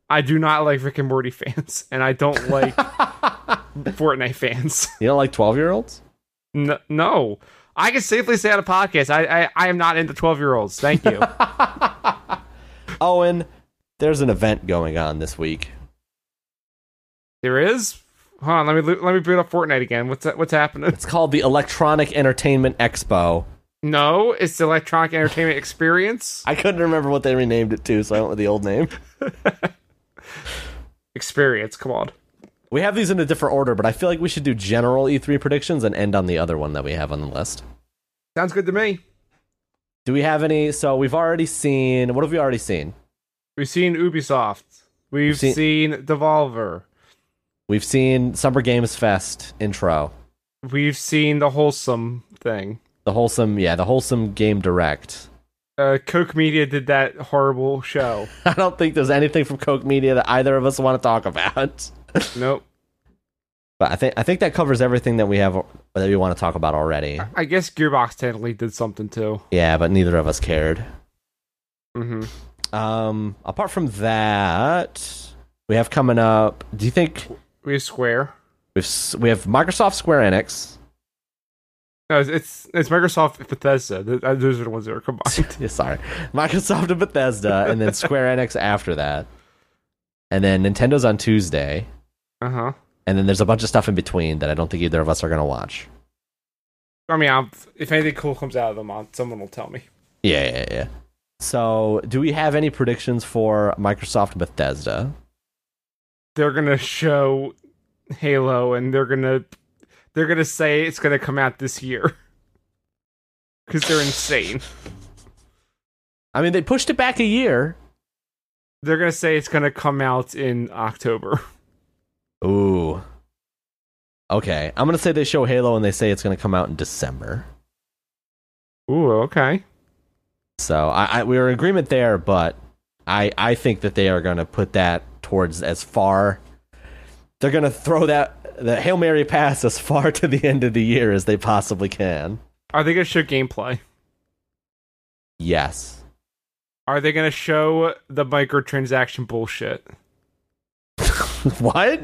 I do not like Rick and Morty fans, and I don't like Fortnite fans. You don't like 12 year olds? No, no. I can safely say on a podcast, I, I, I am not into 12 year olds. Thank you. Owen, there's an event going on this week. there is? Hold on, let me lo- let me boot up Fortnite again. What's that, what's happening? It's called the Electronic Entertainment Expo. No, it's the Electronic Entertainment Experience. I couldn't remember what they renamed it to, so I went with the old name. Experience, come on. We have these in a different order, but I feel like we should do general E3 predictions and end on the other one that we have on the list. Sounds good to me. Do we have any? So we've already seen. What have we already seen? We've seen Ubisoft. We've, seen- seen-, Devolver. We've seen Summer Games Fest intro, We've seen the wholesome thing. the wholesome, yeah, the wholesome game direct. Uh, Coke Media did that horrible show. I don't think there's anything from Coke Media that either of us want to talk about. nope. But I think I think that covers everything that we have that we want to talk about already. I guess Gearbox technically did something too. Yeah, but neither of us cared. Mm-hmm. Um, apart from that, we have coming up. Do you think We have Square. we've s- we have Microsoft Square Enix? No, it's it's, it's Microsoft and Bethesda. Th- uh, Those are the ones that are combined. Yeah, Sorry, Microsoft and Bethesda, and then Square Enix after that, and then Nintendo's on Tuesday, uh huh. and then there's a bunch of stuff in between that I don't think either of us are gonna watch. I mean, I'm, if anything cool comes out of them, I'll, someone will tell me. Yeah, yeah, yeah. So, do we have any predictions for Microsoft and Bethesda? They're gonna show Halo, and they're gonna they're gonna say it's gonna come out this year because they're insane. I mean, they pushed it back a year. They're gonna say it's gonna come out in October. Ooh. Okay, I'm gonna say they show Halo and they say it's gonna come out in December. Ooh, okay. So I, I we were in agreement there, but I I think that they are going to put that towards as far. They're going to throw that the hail mary pass as far to the end of the year as they possibly can. Are they gonna show gameplay? Yes. Are they gonna show the microtransaction bullshit? what?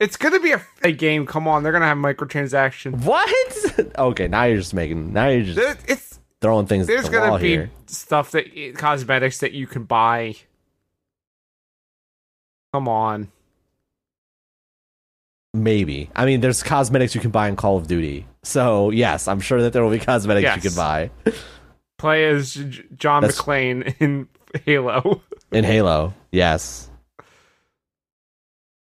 It's gonna be a, a game. Come on, they're gonna have microtransaction. What? okay, now you're just making now you're just There, it's throwing things at there's the wall gonna be here. stuff that cosmetics that you can buy. Come on, Maybe. I mean, there's cosmetics you can buy in Call of Duty. So yes, I'm sure that there will be cosmetics Yes. you can buy play as J- John That's- McClane in Halo. in Halo. Yes.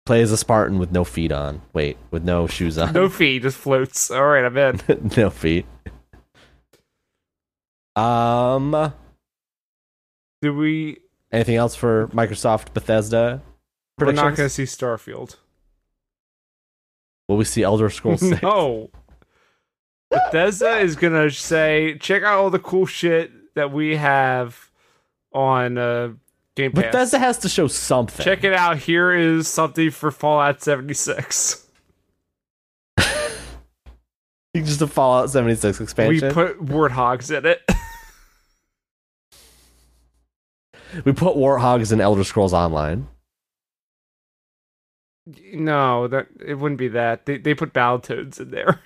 Play as a Spartan with no feet on. Wait, with no shoes on. no fee, just floats. All right, I'm in. no feet. Um, Do we? anything else for Microsoft Bethesda? We're predictions? not gonna see Starfield. Will we see Elder Scrolls? 6? No. Bethesda is gonna say, check out all the cool shit that we have on uh, Game Pass. Bethesda has to show something. Check it out. Here is something for Fallout 76. Just a Fallout 76 We expansion. We put, put warthogs in it. Warthogs in Elder Scrolls Online. no, that it wouldn't be that. They they put Battletoads in there.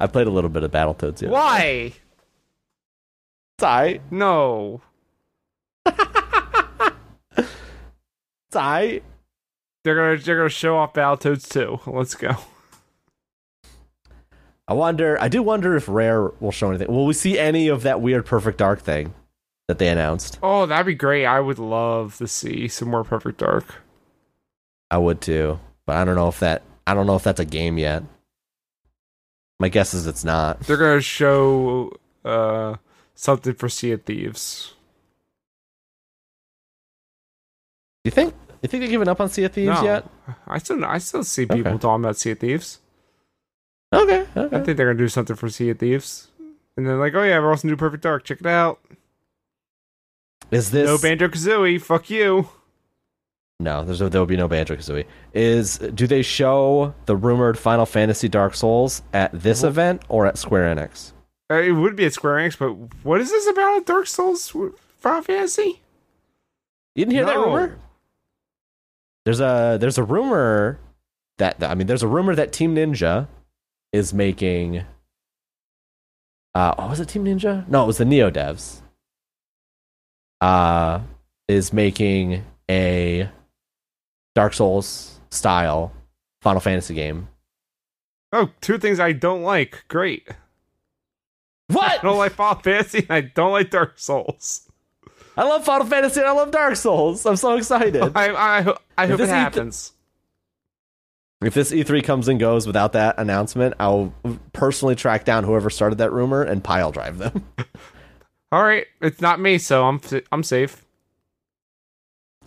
I played a little bit of Battletoads. Yeah. Why? It's alright. No. It's alright. They're gonna they're gonna show off Battletoads too. Let's go. I wonder. I do wonder if Rare will show anything. Will we see any of that weird Perfect Dark thing that they announced? Oh, that'd be great. I would love to see some more Perfect Dark. I would too, but I don't know if that I don't know if that's a game yet. My guess is it's not. They're gonna show uh something for Sea of Thieves. You think you think they've given up on Sea of Thieves No. yet? I still I still see people Okay. talking about Sea of Thieves. Okay, I okay. think they're gonna do something for Sea of Thieves. And then like, oh yeah, we're also gonna do Perfect Dark. Check it out. Is this No Banjo Kazooie. Fuck you. No, there's there will be no Banjo Kazooie. Is do they show the rumored Final Fantasy Dark Souls at this event or at Square Enix? Uh, It would be at Square Enix, but what is this about Dark Souls with Final Fantasy? You didn't hear that No. rumor? There's a there's a rumor that that- I mean there's a rumor that Team Ninja is making. Uh, oh, was it Team Ninja? No, it was the Neo devs. Uh, is making a Dark Souls style Final Fantasy game. Oh, two things I don't like. Great. What? I don't like Final Fantasy and I don't like Dark Souls. I love Final Fantasy and I love Dark Souls. I'm so excited. I I, I hope this is- it happens. If this E3 comes and goes without that announcement, I'll personally track down whoever started that rumor and pile drive them. All right, it's not me, so I'm f- I'm safe.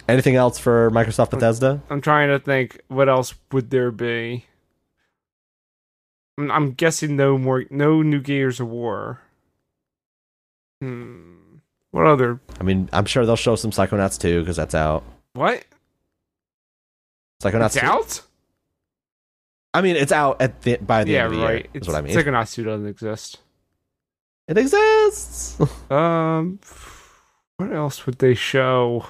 Anything else for Microsoft Bethesda? I'm trying to think what else would there be. I'm, I'm guessing no more, no new Gears of War. Hmm. What other? I mean, I'm sure they'll show some Psychonauts too because that's out. What? Psychonauts. It's 2 out? I mean, it's out at the by the Yeah, end of the right. year. Is It's what I mean. Psychonauts 2 doesn't exist. it exists. Um, what else would they show?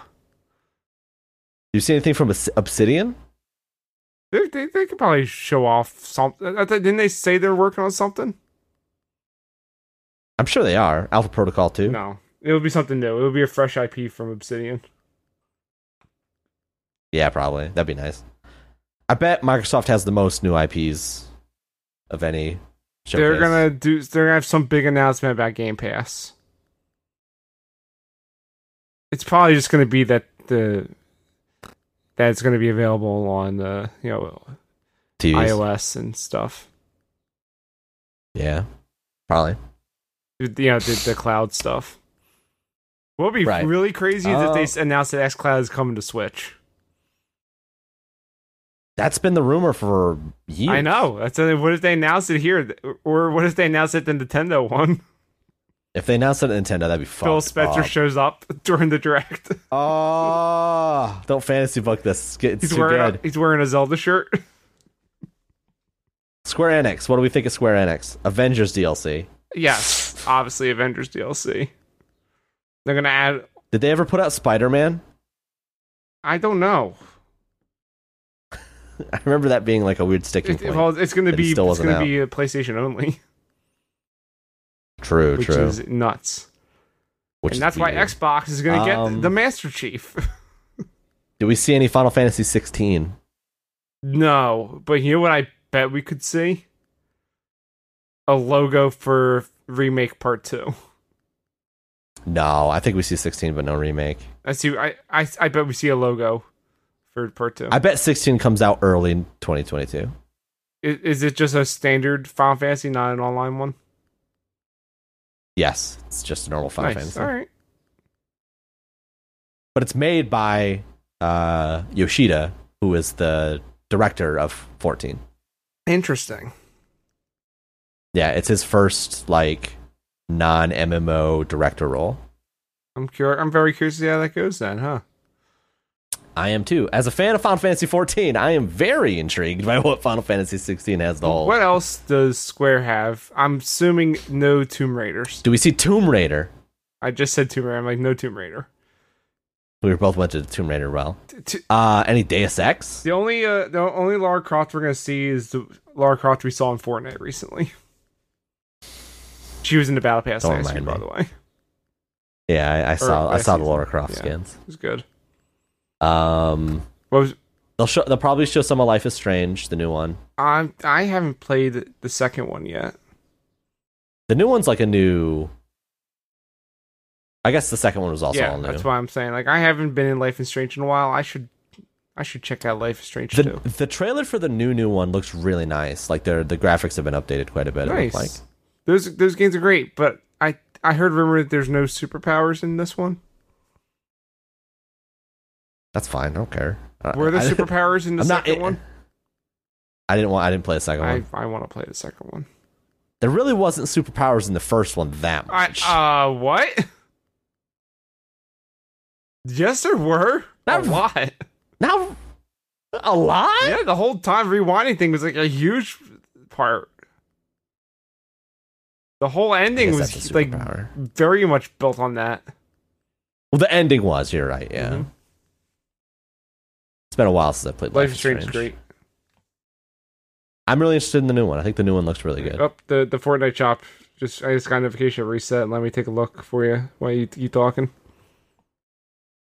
you see anything from Obs- Obsidian? They, they, they could probably show off something. Uh, Didn't they say they're working on something? I'm sure they are. Alpha Protocol too. No. It would be something new. It would be a fresh IP from Obsidian. Yeah, probably. That'd be nice. I bet Microsoft has the most new IPs of any. Showcase. They're gonna do. They're gonna have some big announcement about Game Pass. It's probably just gonna be that the that it's gonna be available on uh, you know TVs. iOS and stuff. Yeah, probably. You know the, the cloud stuff. What would be Right. really crazy is if they Uh, s- announced that XCloud is coming to Switch. That's been the rumor for years. I know. That's what if they announced it here, or what if they announced it the Nintendo one? If they announced it at Nintendo, that'd be fun. Phil Spencer shows up during the direct. Oh, don't fantasy book this. It's, get- it's Ah. he's too wearing a, good. he's wearing a Zelda shirt. Square Enix. What do we think of Square Enix? Avengers DLC. Yes, obviously Avengers DLC. They're gonna add. Did they ever put out Spider Man? I don't know. I remember that being like a weird sticking It, point. well, it's gonna It be it's still gonna wasn't out. be a PlayStation only, true, which true. is nuts. which and is that's why weird. Xbox is gonna Um, get the Master Chief. Do we see any Final Fantasy 16? no, but you know what? I bet we could see a logo for remake part two. No, I think we see 16, but no remake. I see. I I, I bet we see a logo for part two. I bet 16 comes out early in 2022. I- is, it just a standard Final Fantasy, not an online one? Yes, it's just a normal Final nice. Fantasy. All right. but it's made by uh, Yoshida, who is the director of 14. Interesting. Yeah, it's his first like non MMO director role. I'm cur- I'm very curious to see how that goes then, huh? I am too. As a fan of Final Fantasy 14, I am very intrigued by what Final Fantasy 16 has to hold. What else does Square have? I'm assuming no Tomb Raiders. Do we see Tomb Raider? I just said Tomb Raider. I'm like no Tomb Raider. We both went to the Tomb Raider well. T- t- Uh, any Deus Ex? The only uh, the only Lara Croft we're gonna see is the Lara Croft we saw in Fortnite recently. She was in the Battle Pass Don't last year, remind by me. the way. It Yeah, I, I saw I last saw the season. Lara Croft Yeah. skins. was good. Um, What was they'll show they'll probably show some of Life is Strange, the new one. I I haven't played the second one yet. The new one's like a new. I guess the second one was also yeah, all new. that's why I'm saying like I haven't been in Life is Strange in a while. I should I should check out Life is Strange the, too. the trailer for the new new one looks really nice. Like they the graphics have been updated quite a bit. Nice. Nice. Like Those those games are great, but I I heard rumor that there's no superpowers in this one. that's fine. I don't care. I- Were there I, superpowers in the I'm not- second it- one? I didn't want. I didn't play the second I, one. I want to play the second one. There really wasn't superpowers in the first one that I much. uh what? Yes, there were Not- a lot. Not a lot? Yeah, the whole time rewinding thing was like a huge part. The whole I ending guess was that's a like superpower. very much built on that. Well, the ending was. You're right. Yeah. Mhm. It's been a while since I played Life Life, is is Strange is great. I'm really interested in the new one. I think the new one looks really good. Up Oh, the the Fortnite shop. Just I just got a notification of reset. and Let me take a look for you while you you talking.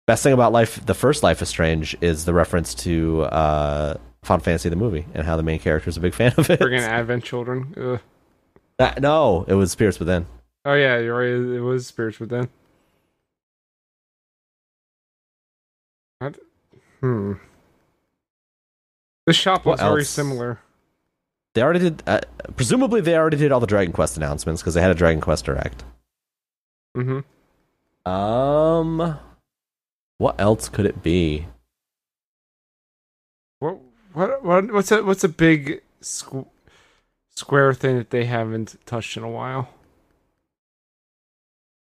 Best thing about life, the first Life is Strange, is the reference to uh, Final Fantasy the movie and how the main character is a big fan of it. Friggin' Advent Children. Ugh. That- no, it was Pierce Within. Oh yeah, you're right. It was Spirits Within. What? Hmm. The shop What looks very else? similar. They already did. Uh, presumably, they already did all the Dragon Quest announcements because they had a Dragon Quest direct. Mm-hmm. Um, what else could it be? What? What? What? What's a what's a big squ- square thing that they haven't touched in a while?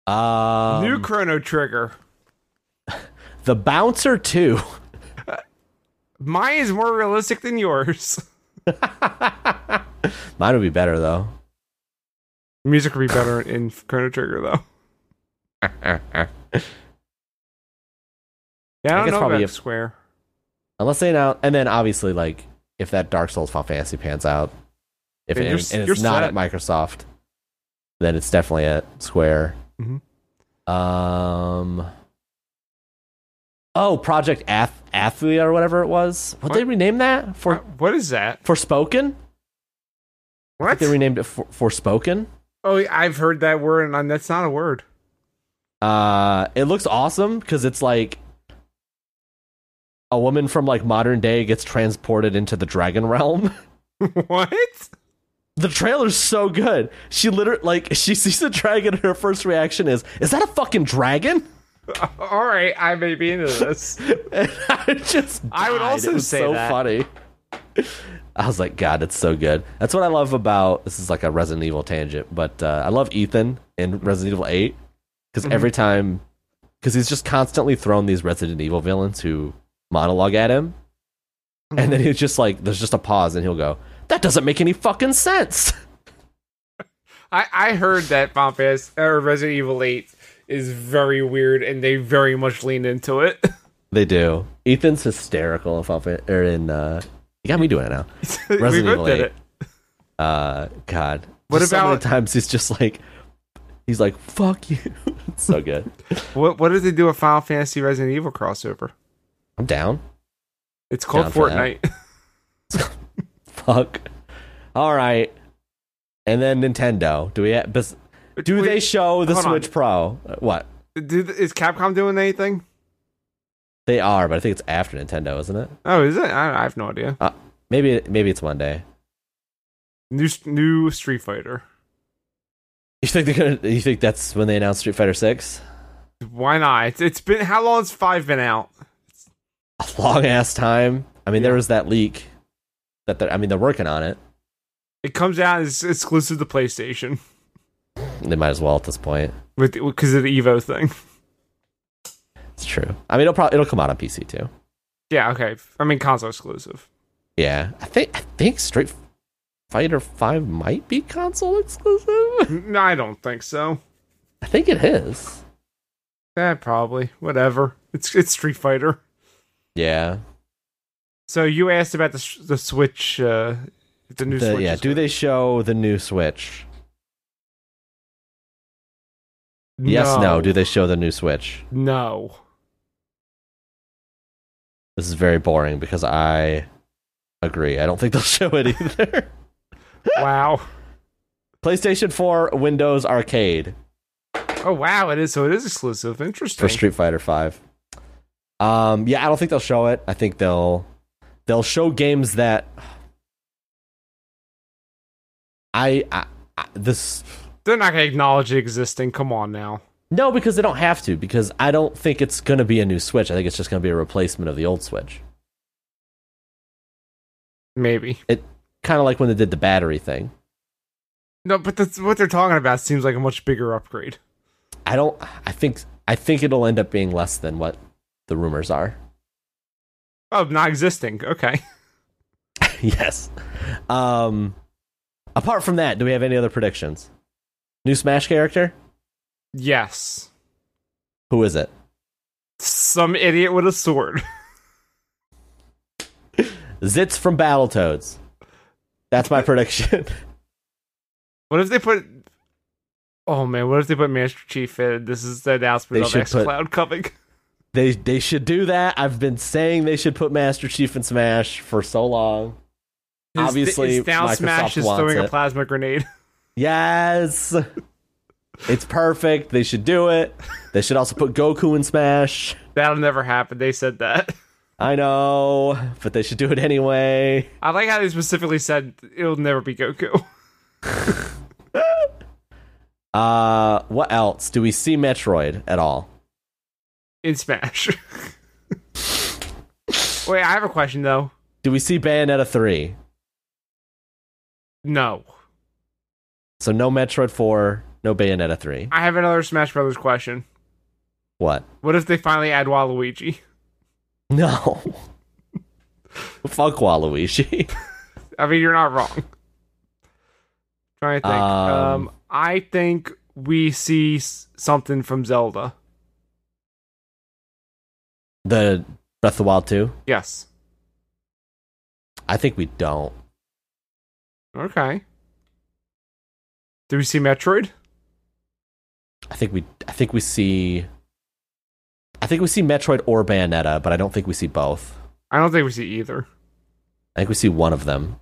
Um, New Chrono Trigger. the Bouncer Two. Mine is more realistic than yours. Mine would be better though. Music would be better in Chrono Trigger though. Yeah, I I don't guess know probably about if- Square. Unless they now, and then obviously, like if that Dark Souls Final Fantasy pans out, if Then it, you're and s- you're it's not set. at Microsoft, then it's definitely at Square. Mhm. Um. Oh, Project Ath- Athlea or whatever it was. What, What? they rename that Uh, for? what is that? For Spoken? I What? think they renamed it for Forspoken. oh, I've heard that word, and I'm- that's not a word. Uh, it looks awesome because it's like a woman from like modern day gets transported into the dragon realm. what? The trailer's so good. She literally like she sees a dragon and her first reaction is, "Is that a fucking dragon?" All right, I may be into this. And I just I would died. also it was say so that. funny. I was like, God, it's so good. That's what I love about this is like a Resident Evil tangent, but uh, I love Ethan in Resident Evil Eight because Mm-hmm. every time because he's just constantly thrown these Resident Evil villains who monologue at him, and Mm-hmm. then he's just like, there's just a pause, and he'll go, "That doesn't make any fucking sense." I, I heard that Final Fantasy or Resident Evil 8 is very weird, and they very much lean into it. They do. Ethan's hysterical in Final Fan- or in uh, you got me doing it now. we Resident both Evil did 8. it. Uh, God, What Just so many about- times he's just like, he's like, "Fuck you." it's so good. What what did they do a Final Fantasy Resident Evil crossover? I'm down. It's called Down for that. Fortnite. Fuck. All right. And then Nintendo. Do we? Ha- bes- do Wait, they show the hold on. Switch Pro? Uh, What? did- is Capcom doing anything? They are, but I think it's after Nintendo, isn't it? Oh, is it? I, I have no idea. Uh, maybe maybe it's Monday. New s- new Street Fighter. You think they're gonna? You think that's when they announced Street Fighter Six? Why not? It's, it's been how long has five been out? A long ass time. I mean, there Yeah. was that leak. That they're, I mean, they're working on it. It comes out as exclusive to PlayStation They might as well at this point. with because of the Evo thing. It's true. I mean, it'll probably it'll come out on PC too. Yeah, okay. I mean console exclusive. Yeah, I think I think Street Fighter Five might be console exclusive. No, I don't think so. I think it is. Eh, probably. Whatever. It's it's Street Fighter. Yeah, So you asked about the sh- the Switch, uh, the new The- Switch. yeah. is Do good. they show the new Switch? Yes, no. Do they show the new Switch? no. This is very boring because I agree. I don't think they'll show it either. Wow. PlayStation Four, Windows Arcade Oh wow, it is. So it is exclusive. Interesting. for Street Fighter Five. Um, yeah, I don't think they'll show it. I think they'll they'll show games that I, I, I this They're not gonna acknowledge it existing. Come on now. No, because they don't have to. Because I don't think it's going to be a new Switch. I think it's just going to be a replacement of the old Switch. Maybe. Kind of like when they did the battery thing. No, but that's what they're talking about. Seems like a much bigger upgrade. I don't. I think. I think it'll end up being less than what the rumors are. Oh, not existing. Okay. yes. Um, apart from that, do we have any other predictions? New Smash character? Yes. Who is it? Some idiot with a sword. Zitz from Battletoads. That's my prediction. What if they put? Oh man, what if they put Master Chief in? This is the announcement They of should X put- Cloud coming. they they should do that. I've been saying they should put Master Chief in Smash for so long. Obviously, his down Microsoft smash is wants throwing a it. plasma grenade. Yes. It's perfect. They should do it. They should also put Goku in Smash. That'll never happen. They said that. I know, but they should do it anyway. I like how they specifically said it'll never be Goku. Uh, what else? Do we see Metroid at all? in Smash. Wait, I have a question though. Do we see Bayonetta 3? No, So no Metroid 4, no Bayonetta 3. I have another Smash Brothers question. What? What if they finally add Waluigi? No. Fuck Waluigi. I mean, you're not wrong. Trying to think. Um, Um, I think we see s- something from Zelda. the Breath of the Wild 2? Yes. I think we don't. Okay. Do we see Metroid? I think we I think we see I think we see Metroid or Bayonetta, but I don't think we see both. I don't think we see either. I think we see one of them.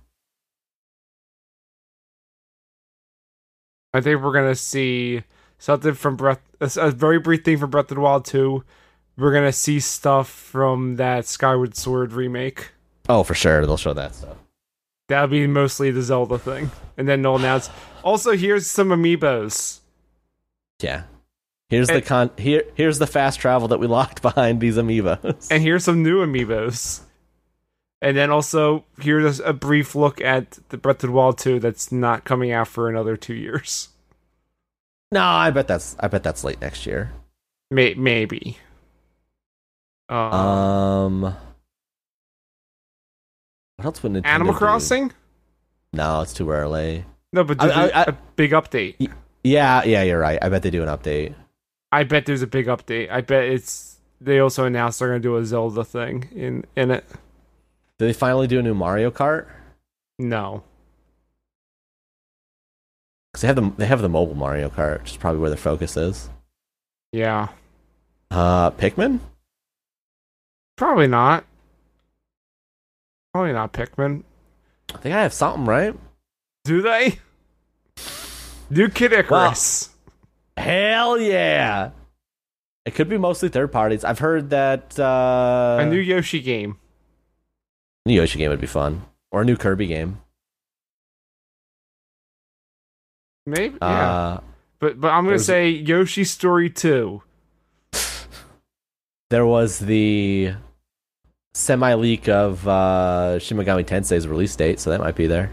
I think we're gonna see something from Breath, a, s- a very brief thing from Breath of the Wild 2. We're gonna see stuff from that Skyward Sword remake. Oh, for sure, they'll show that stuff. That'll be mostly the Zelda thing, and then they'll announce. Also, here's some amiibos. Yeah. Here's the con here here's the fast travel that we locked behind these amiibos. and here's some new amiibos. And then also here's a brief look at the Breath of the Wild 2 that's not coming out for another two years. no, I bet that's I bet that's late next year. May- maybe. Uh, Um What else would Nintendo Animal do? Crossing? No, it's too early. No, but I- there's a I- I- big update. Yeah, yeah, you're right. I bet they do an update. I bet there's a big update. I bet it's they also announced they're gonna do a Zelda thing in in it. Did they finally do a new Mario Kart? No. Because they have the they have the mobile Mario Kart, which is probably where their focus is. Yeah. Uh, Pikmin? Probably not. Probably not Pikmin. I think I have something right. Do they? New Kid Icarus. Hell yeah! It could be mostly third parties. I've heard that uh, a new Yoshi game. new Yoshi game would be fun, or a new Kirby game. Maybe, yeah. Uh, But but I'm gonna there's- say Yoshi's Story Two. Uh, there was the semi leak of uh, Shin Megami Tensei's release date, so that might be there.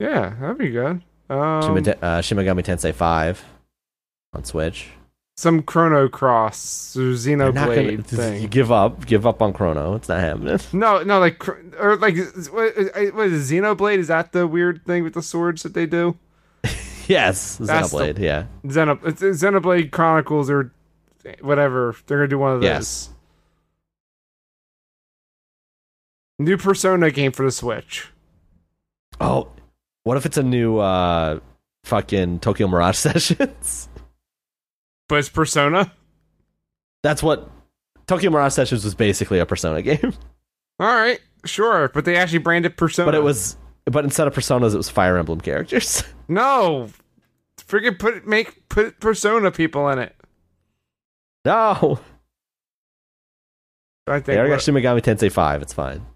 Yeah, that'd be good. Shin, Um, Mete- uh, Shin Megami Tensei Five on Switch. some Chrono Cross or They're not Xenoblade you thing. give up, give up on Chrono. It's not happening. No, no, like Chro- or like what, what is it, Xenoblade? Is that the weird thing with the swords that they do? yes, That's the- Xenoblade. yeah. Xeno, it's- it's Xenoblade Chronicles or whatever. They're gonna do one of those. Yes. New Persona game for the Switch. Oh, what if it's a new uh fucking Tokyo Mirage Sessions? But it's Persona. That's what Tokyo Mirage Sessions was basically a Persona game, All right, sure, but they actually branded Persona. but it was but instead of personas, it was Fire Emblem characters. No, freaking put make put persona people in it. no, I think they they're, already got Shin Megami Tensei Five. It's fine.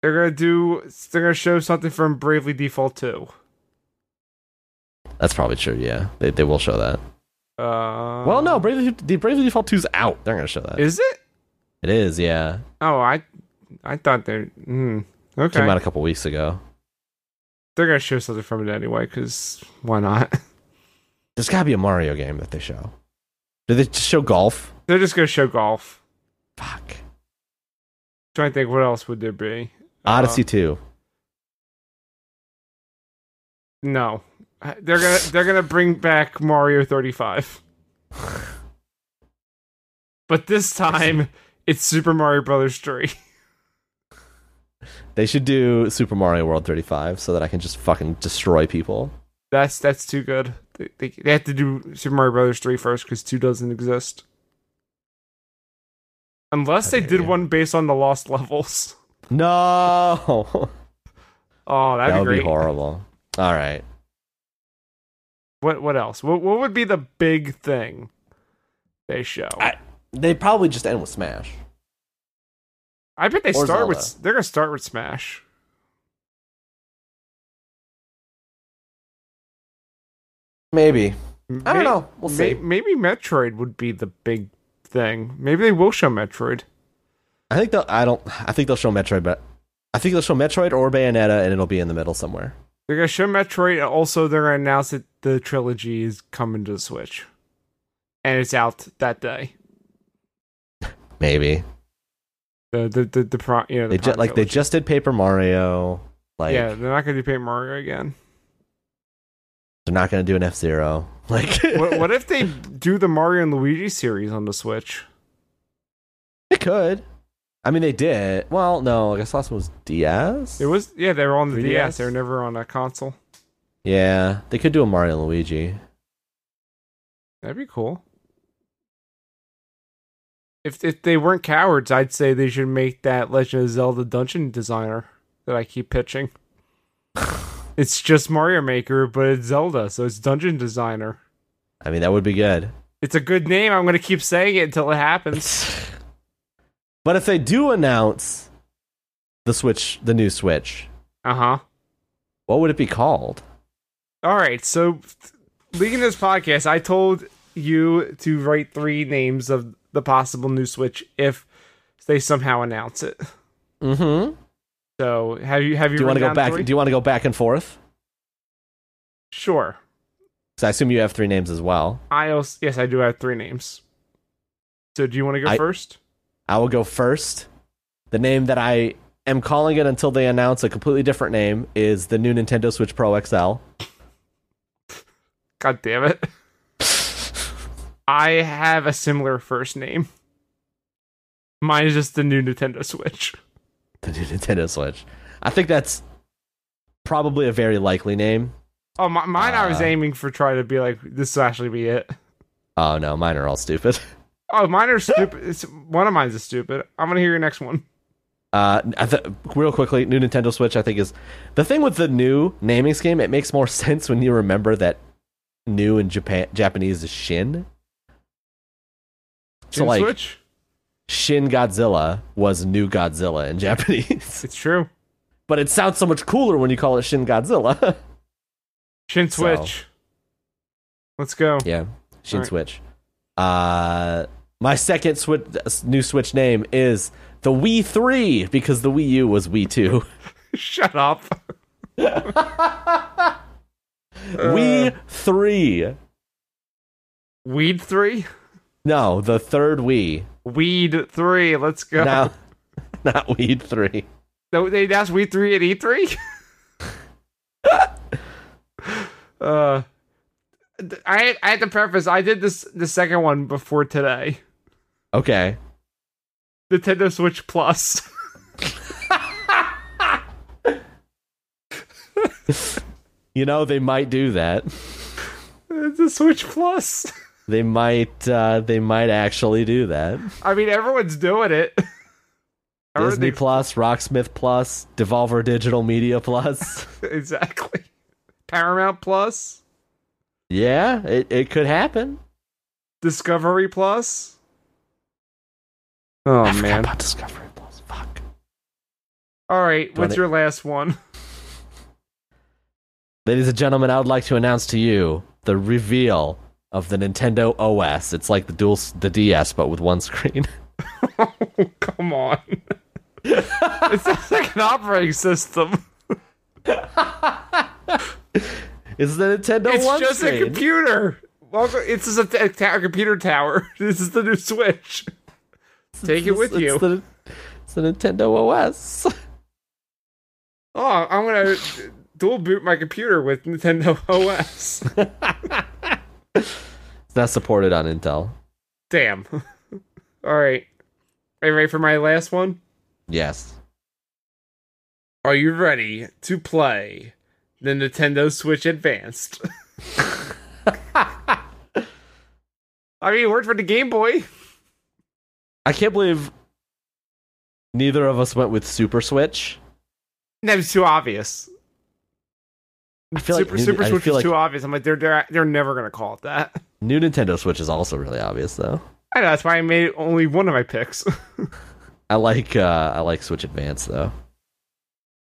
they're gonna do. They're gonna show something from Bravely Default two. That's probably true. Yeah, they they will show that. Uh, well, no, Bravely the Bravely Default 2's out. They're gonna show that. is it? it is. Yeah, Oh, I I thought they. Hmm. Okay, came out a couple weeks ago. they're gonna show something from it anyway, because why not? There's gotta be a Mario game that they show. Did they just show golf? they're just gonna show golf. Fuck. trying to think what else would there be? Odyssey two. No, they're gonna they're gonna bring back Mario 35, but this time it's Super Mario Brothers 3. They should do Super Mario World 35 so that I can just fucking destroy people. That's that's too good. They, they, they have to do Super Mario Brothers 3 first because two doesn't exist. Unless they Okay, did yeah. one based on the lost levels. No, Oh, that'd that be would great. be horrible. All right, What what else? What what would be the big thing they show? I, I- they probably just end with Smash. bet they or start with they're gonna start with Smash. Maybe I May- don't know. We'll may- see. Maybe Metroid would be the big thing. Maybe they will show Metroid. I think they'll. I don't. I think they'll show Metroid, but I think they'll show Metroid or Bayonetta, and it'll be in the middle somewhere. They're gonna show Metroid. and Also, they're gonna announce that the trilogy is coming to the Switch, and it's out that day. Maybe The the the, the pro, you know, the they ju- prime like they trilogy. just did Paper Mario. Like yeah, they're not gonna do Paint Mario again. they're not gonna do an F Zero. Like what, what if they do the Mario and Luigi series on the Switch? they could. I mean, they did. Well, no, I guess last one was DS. It was yeah, they were on the 3DS? DS. They were never on a console. Yeah, they could do a Mario and Luigi. That'd be cool. If if they weren't cowards, I'd say they should make that Legend of Zelda dungeon designer that I keep pitching. it's just Mario Maker, but it's Zelda, so it's dungeon designer. I mean, that would be good. It's a good name. I'm gonna keep saying it until it happens. But if they do announce the Switch, the new Switch, Uh huh. what would it be called? All right. So, leading this podcast, I told you to write three names of the possible new Switch if they somehow announce it. Mm-hmm. So, have you have you? Do you want to written go down back? three? Do you want to go back and forth? Sure. Because I assume you have three names as well. I also yes, I do have three names. So do you want to go I- first? I will go first. The name that I am calling it until they announce a completely different name is the new Nintendo Switch Pro XL. God damn it! I have a similar first name. Mine is just the new Nintendo Switch. The new Nintendo Switch. I think that's probably a very likely name. Oh, my, mine! I was Uh. aiming for trying to be like this will actually be it. Oh no, mine are all stupid. Oh, mine are stupid. It's, one of mine's is stupid. I'm gonna hear your next one. Uh, I th- real quickly, new Nintendo Switch. I think is the thing with the new naming scheme. It makes more sense when you remember that new in Japan Japanese is Shin. So Nintendo like Switch. Shin Godzilla was new Godzilla in Japanese, It's true. but it sounds so much cooler when you call it Shin Godzilla. Shin So. Switch. Let's go. yeah, Shin Alright. Switch. Uh, my second Switch new Switch name is the Wii Three because the Wii U was Wii Two. Shut up. Uh. Wii Three. Weed three. No, the third Wii. Weed three. Let's go. No, not weed three. No, they that's we three and E three. uh, th- I I had to preface. I did this the second one before today. Okay. Nintendo Switch Plus. You know they might do that. it's a Switch Plus. They might. Uh, they might actually do that. I mean, everyone's doing it. Disney Everything's- Plus, Rocksmith Plus, Devolver Digital Media Plus. exactly. Paramount Plus, yeah, it, it could happen. Discovery Plus. Oh Forgot man! about Discovery Plus. Fuck. All right, Do what's it. your last one? Ladies and gentlemen, I would like to announce to you the reveal of the Nintendo OS. It's like the dual the DS, but with one screen. Come on! it sounds like an operating system. It's the Nintendo It's One just screen. a computer. Welcome. It's just a, t- a ta- computer tower. This is the new Switch. Take it with it's you. The, it's It's a Nintendo OS. Oh, I'm gonna dual boot my computer with Nintendo OS. It's not supported on Intel. Damn. All right. Are you ready for my last one? Yes. Are you ready to play the Nintendo Switch Advanced? I mean, it worked for the Game Boy. I can't believe neither of us went with Super Switch. That was too obvious. I feel Super like Super I Switch feel was like too obvious. I'm like, they're, they're they're never gonna call it that. new Nintendo Switch is also really obvious though. I know that's why I made only one of my picks. I like uh I like Switch Advance though.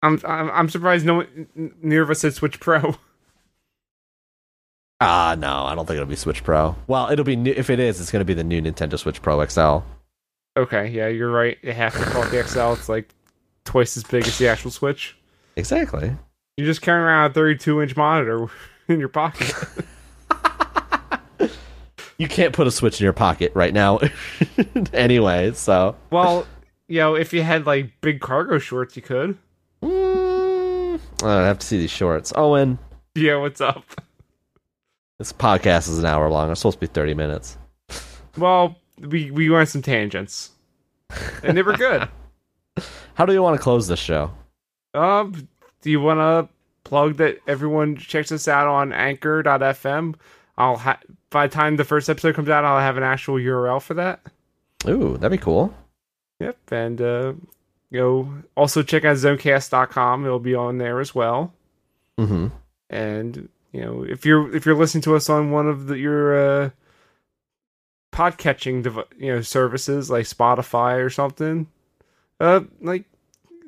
I'm I'm, I'm surprised no one, n- neither of us said Switch Pro. Ah no, I don't think it'll be Switch Pro. Well, it'll be new if it is, it's going to be the new Nintendo Switch Pro XL. Okay, yeah, you're right. They have to call it the XL. It's like twice as big as the actual Switch. Exactly. You're just carrying around a 32 inch monitor in your pocket. You can't put a Switch in your pocket right now. anyway, so well, you know, if you had like big cargo shorts, you could. mm, I have to see these shorts. Owen, Yeah, what's up? this podcast is an hour long. It's supposed to be 30 minutes. Well, we we went on some tangents, and they were good. How do you want to close this show? Um, do you want to plug that everyone checks us out on Anchor.fm? I'll ha- by the time the first episode comes out, I'll have an actual URL for that. Ooh, that'd be cool. Yep, and uh, you know, also check out Zonecast.com. It'll be on there as well. Mm-hmm. And you know, if you're if you're listening to us on one of the, your uh, podcatching dev- you know services like Spotify or something, uh, like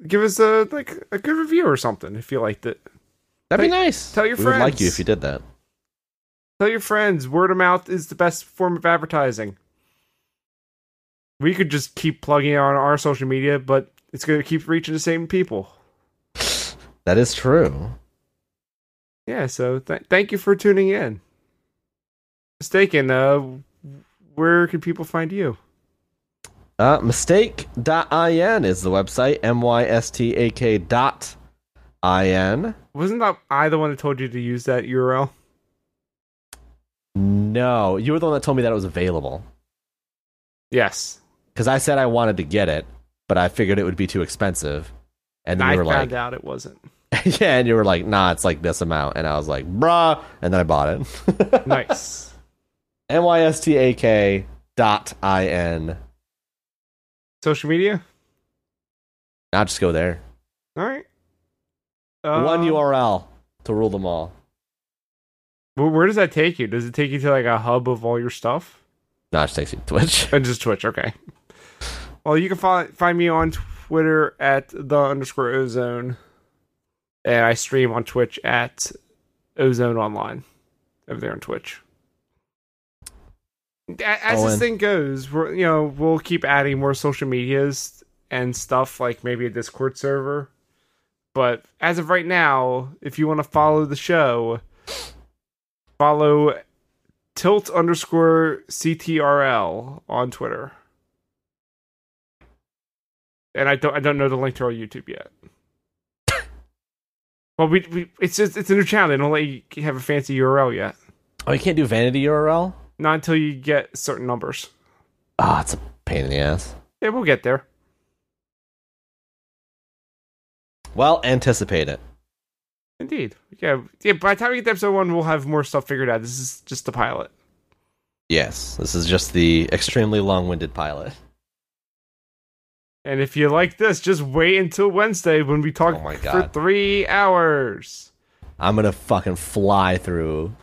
give us a like a good review or something if you liked it. That'd be Tell- nice. tell your we would like you friends. if you did that. Tell your friends, word of mouth is the best form of advertising. We could just keep plugging on our social media, but it's going to keep reaching the same people. That is true. Yeah, so th- thank you for tuning in. Mistaken, uh, where can people find you? Uh, mistake.in is the website. M-Y-S-T-A-K dot I-N. Wasn't that I the one that told you to use that URL? No, you were the one that told me that it was available. Yes. Because I said I wanted to get it, but I figured it would be too expensive. And And then I you were found like, out it wasn't. yeah, and you were like, nah, it's like this amount. And I was like, bruh. And then I bought it. Nice. M-Y-S-T-A-K dot I-N. social media? I'll just go there. All right. Uh, One URL to rule them all. wh- Where does that take you? Does it take you to like a hub of all your stuff? No, it just takes you to Twitch. And just Twitch, okay. Well, you can fi- find me on Twitter at the underscore ozone, and I stream on Twitch at ozone online over there on Twitch. A- As Owen. this thing goes, we're, you know, we'll keep adding more social medias and stuff like maybe a Discord server. But as of right now, if you want to follow the show, follow tilt underscore ctrl on Twitter. And I don't I don't know the link to our YouTube yet. well, we, we it's just it's a new channel. They don't let you have a fancy URL yet. Oh, you can't do vanity URL? Not until you get certain numbers. Ah, it's a pain in the ass. Yeah, we'll get there. Well, anticipate it. Indeed. Yeah. Yeah. By the time we get to episode one, we'll have more stuff figured out. This is just the pilot. Yes, this is just the extremely long-winded pilot. And if you like this, just wait until Wednesday when we talk Oh my for God. three hours. I'm gonna fucking fly through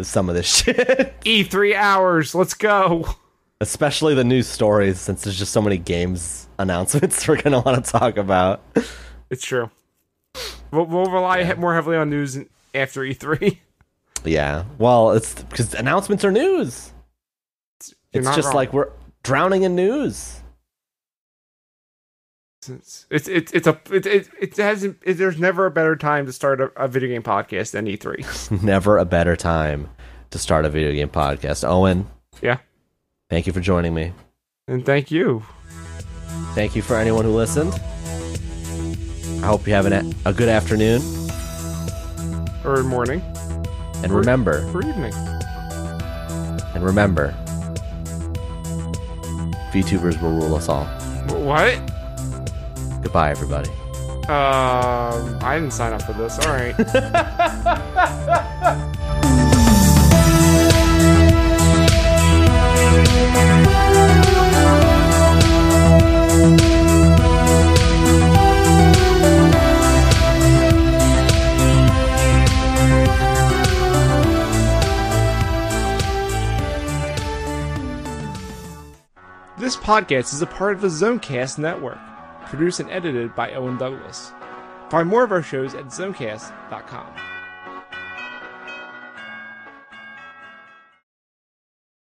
some of this shit, E three hours. Let's go. especially the news stories, since there's just so many games announcements we're gonna want to talk about. It's true. We'll, we'll rely Yeah. he- more heavily on news after E E3. Yeah, well, it's because announcements are news. You're It's not just wrong. like we're drowning in news. it's it's it's, it's a it, it, it hasn't it, there's never a better time to start a, a video game podcast than E E3. Never a better time to start a video game podcast. Owen, Yeah, thank you for joining me. and thank you. Thank you for anyone who listened. I hope you have an, a good afternoon. Or morning. And remember, Or evening. and remember, VTubers will rule us all. Wh- What? Goodbye, everybody. Um, I didn't sign up for this. All right. This podcast is a part of the Zonecast Network, produced and edited by Owen Douglas. Find more of our shows at zonecast.com.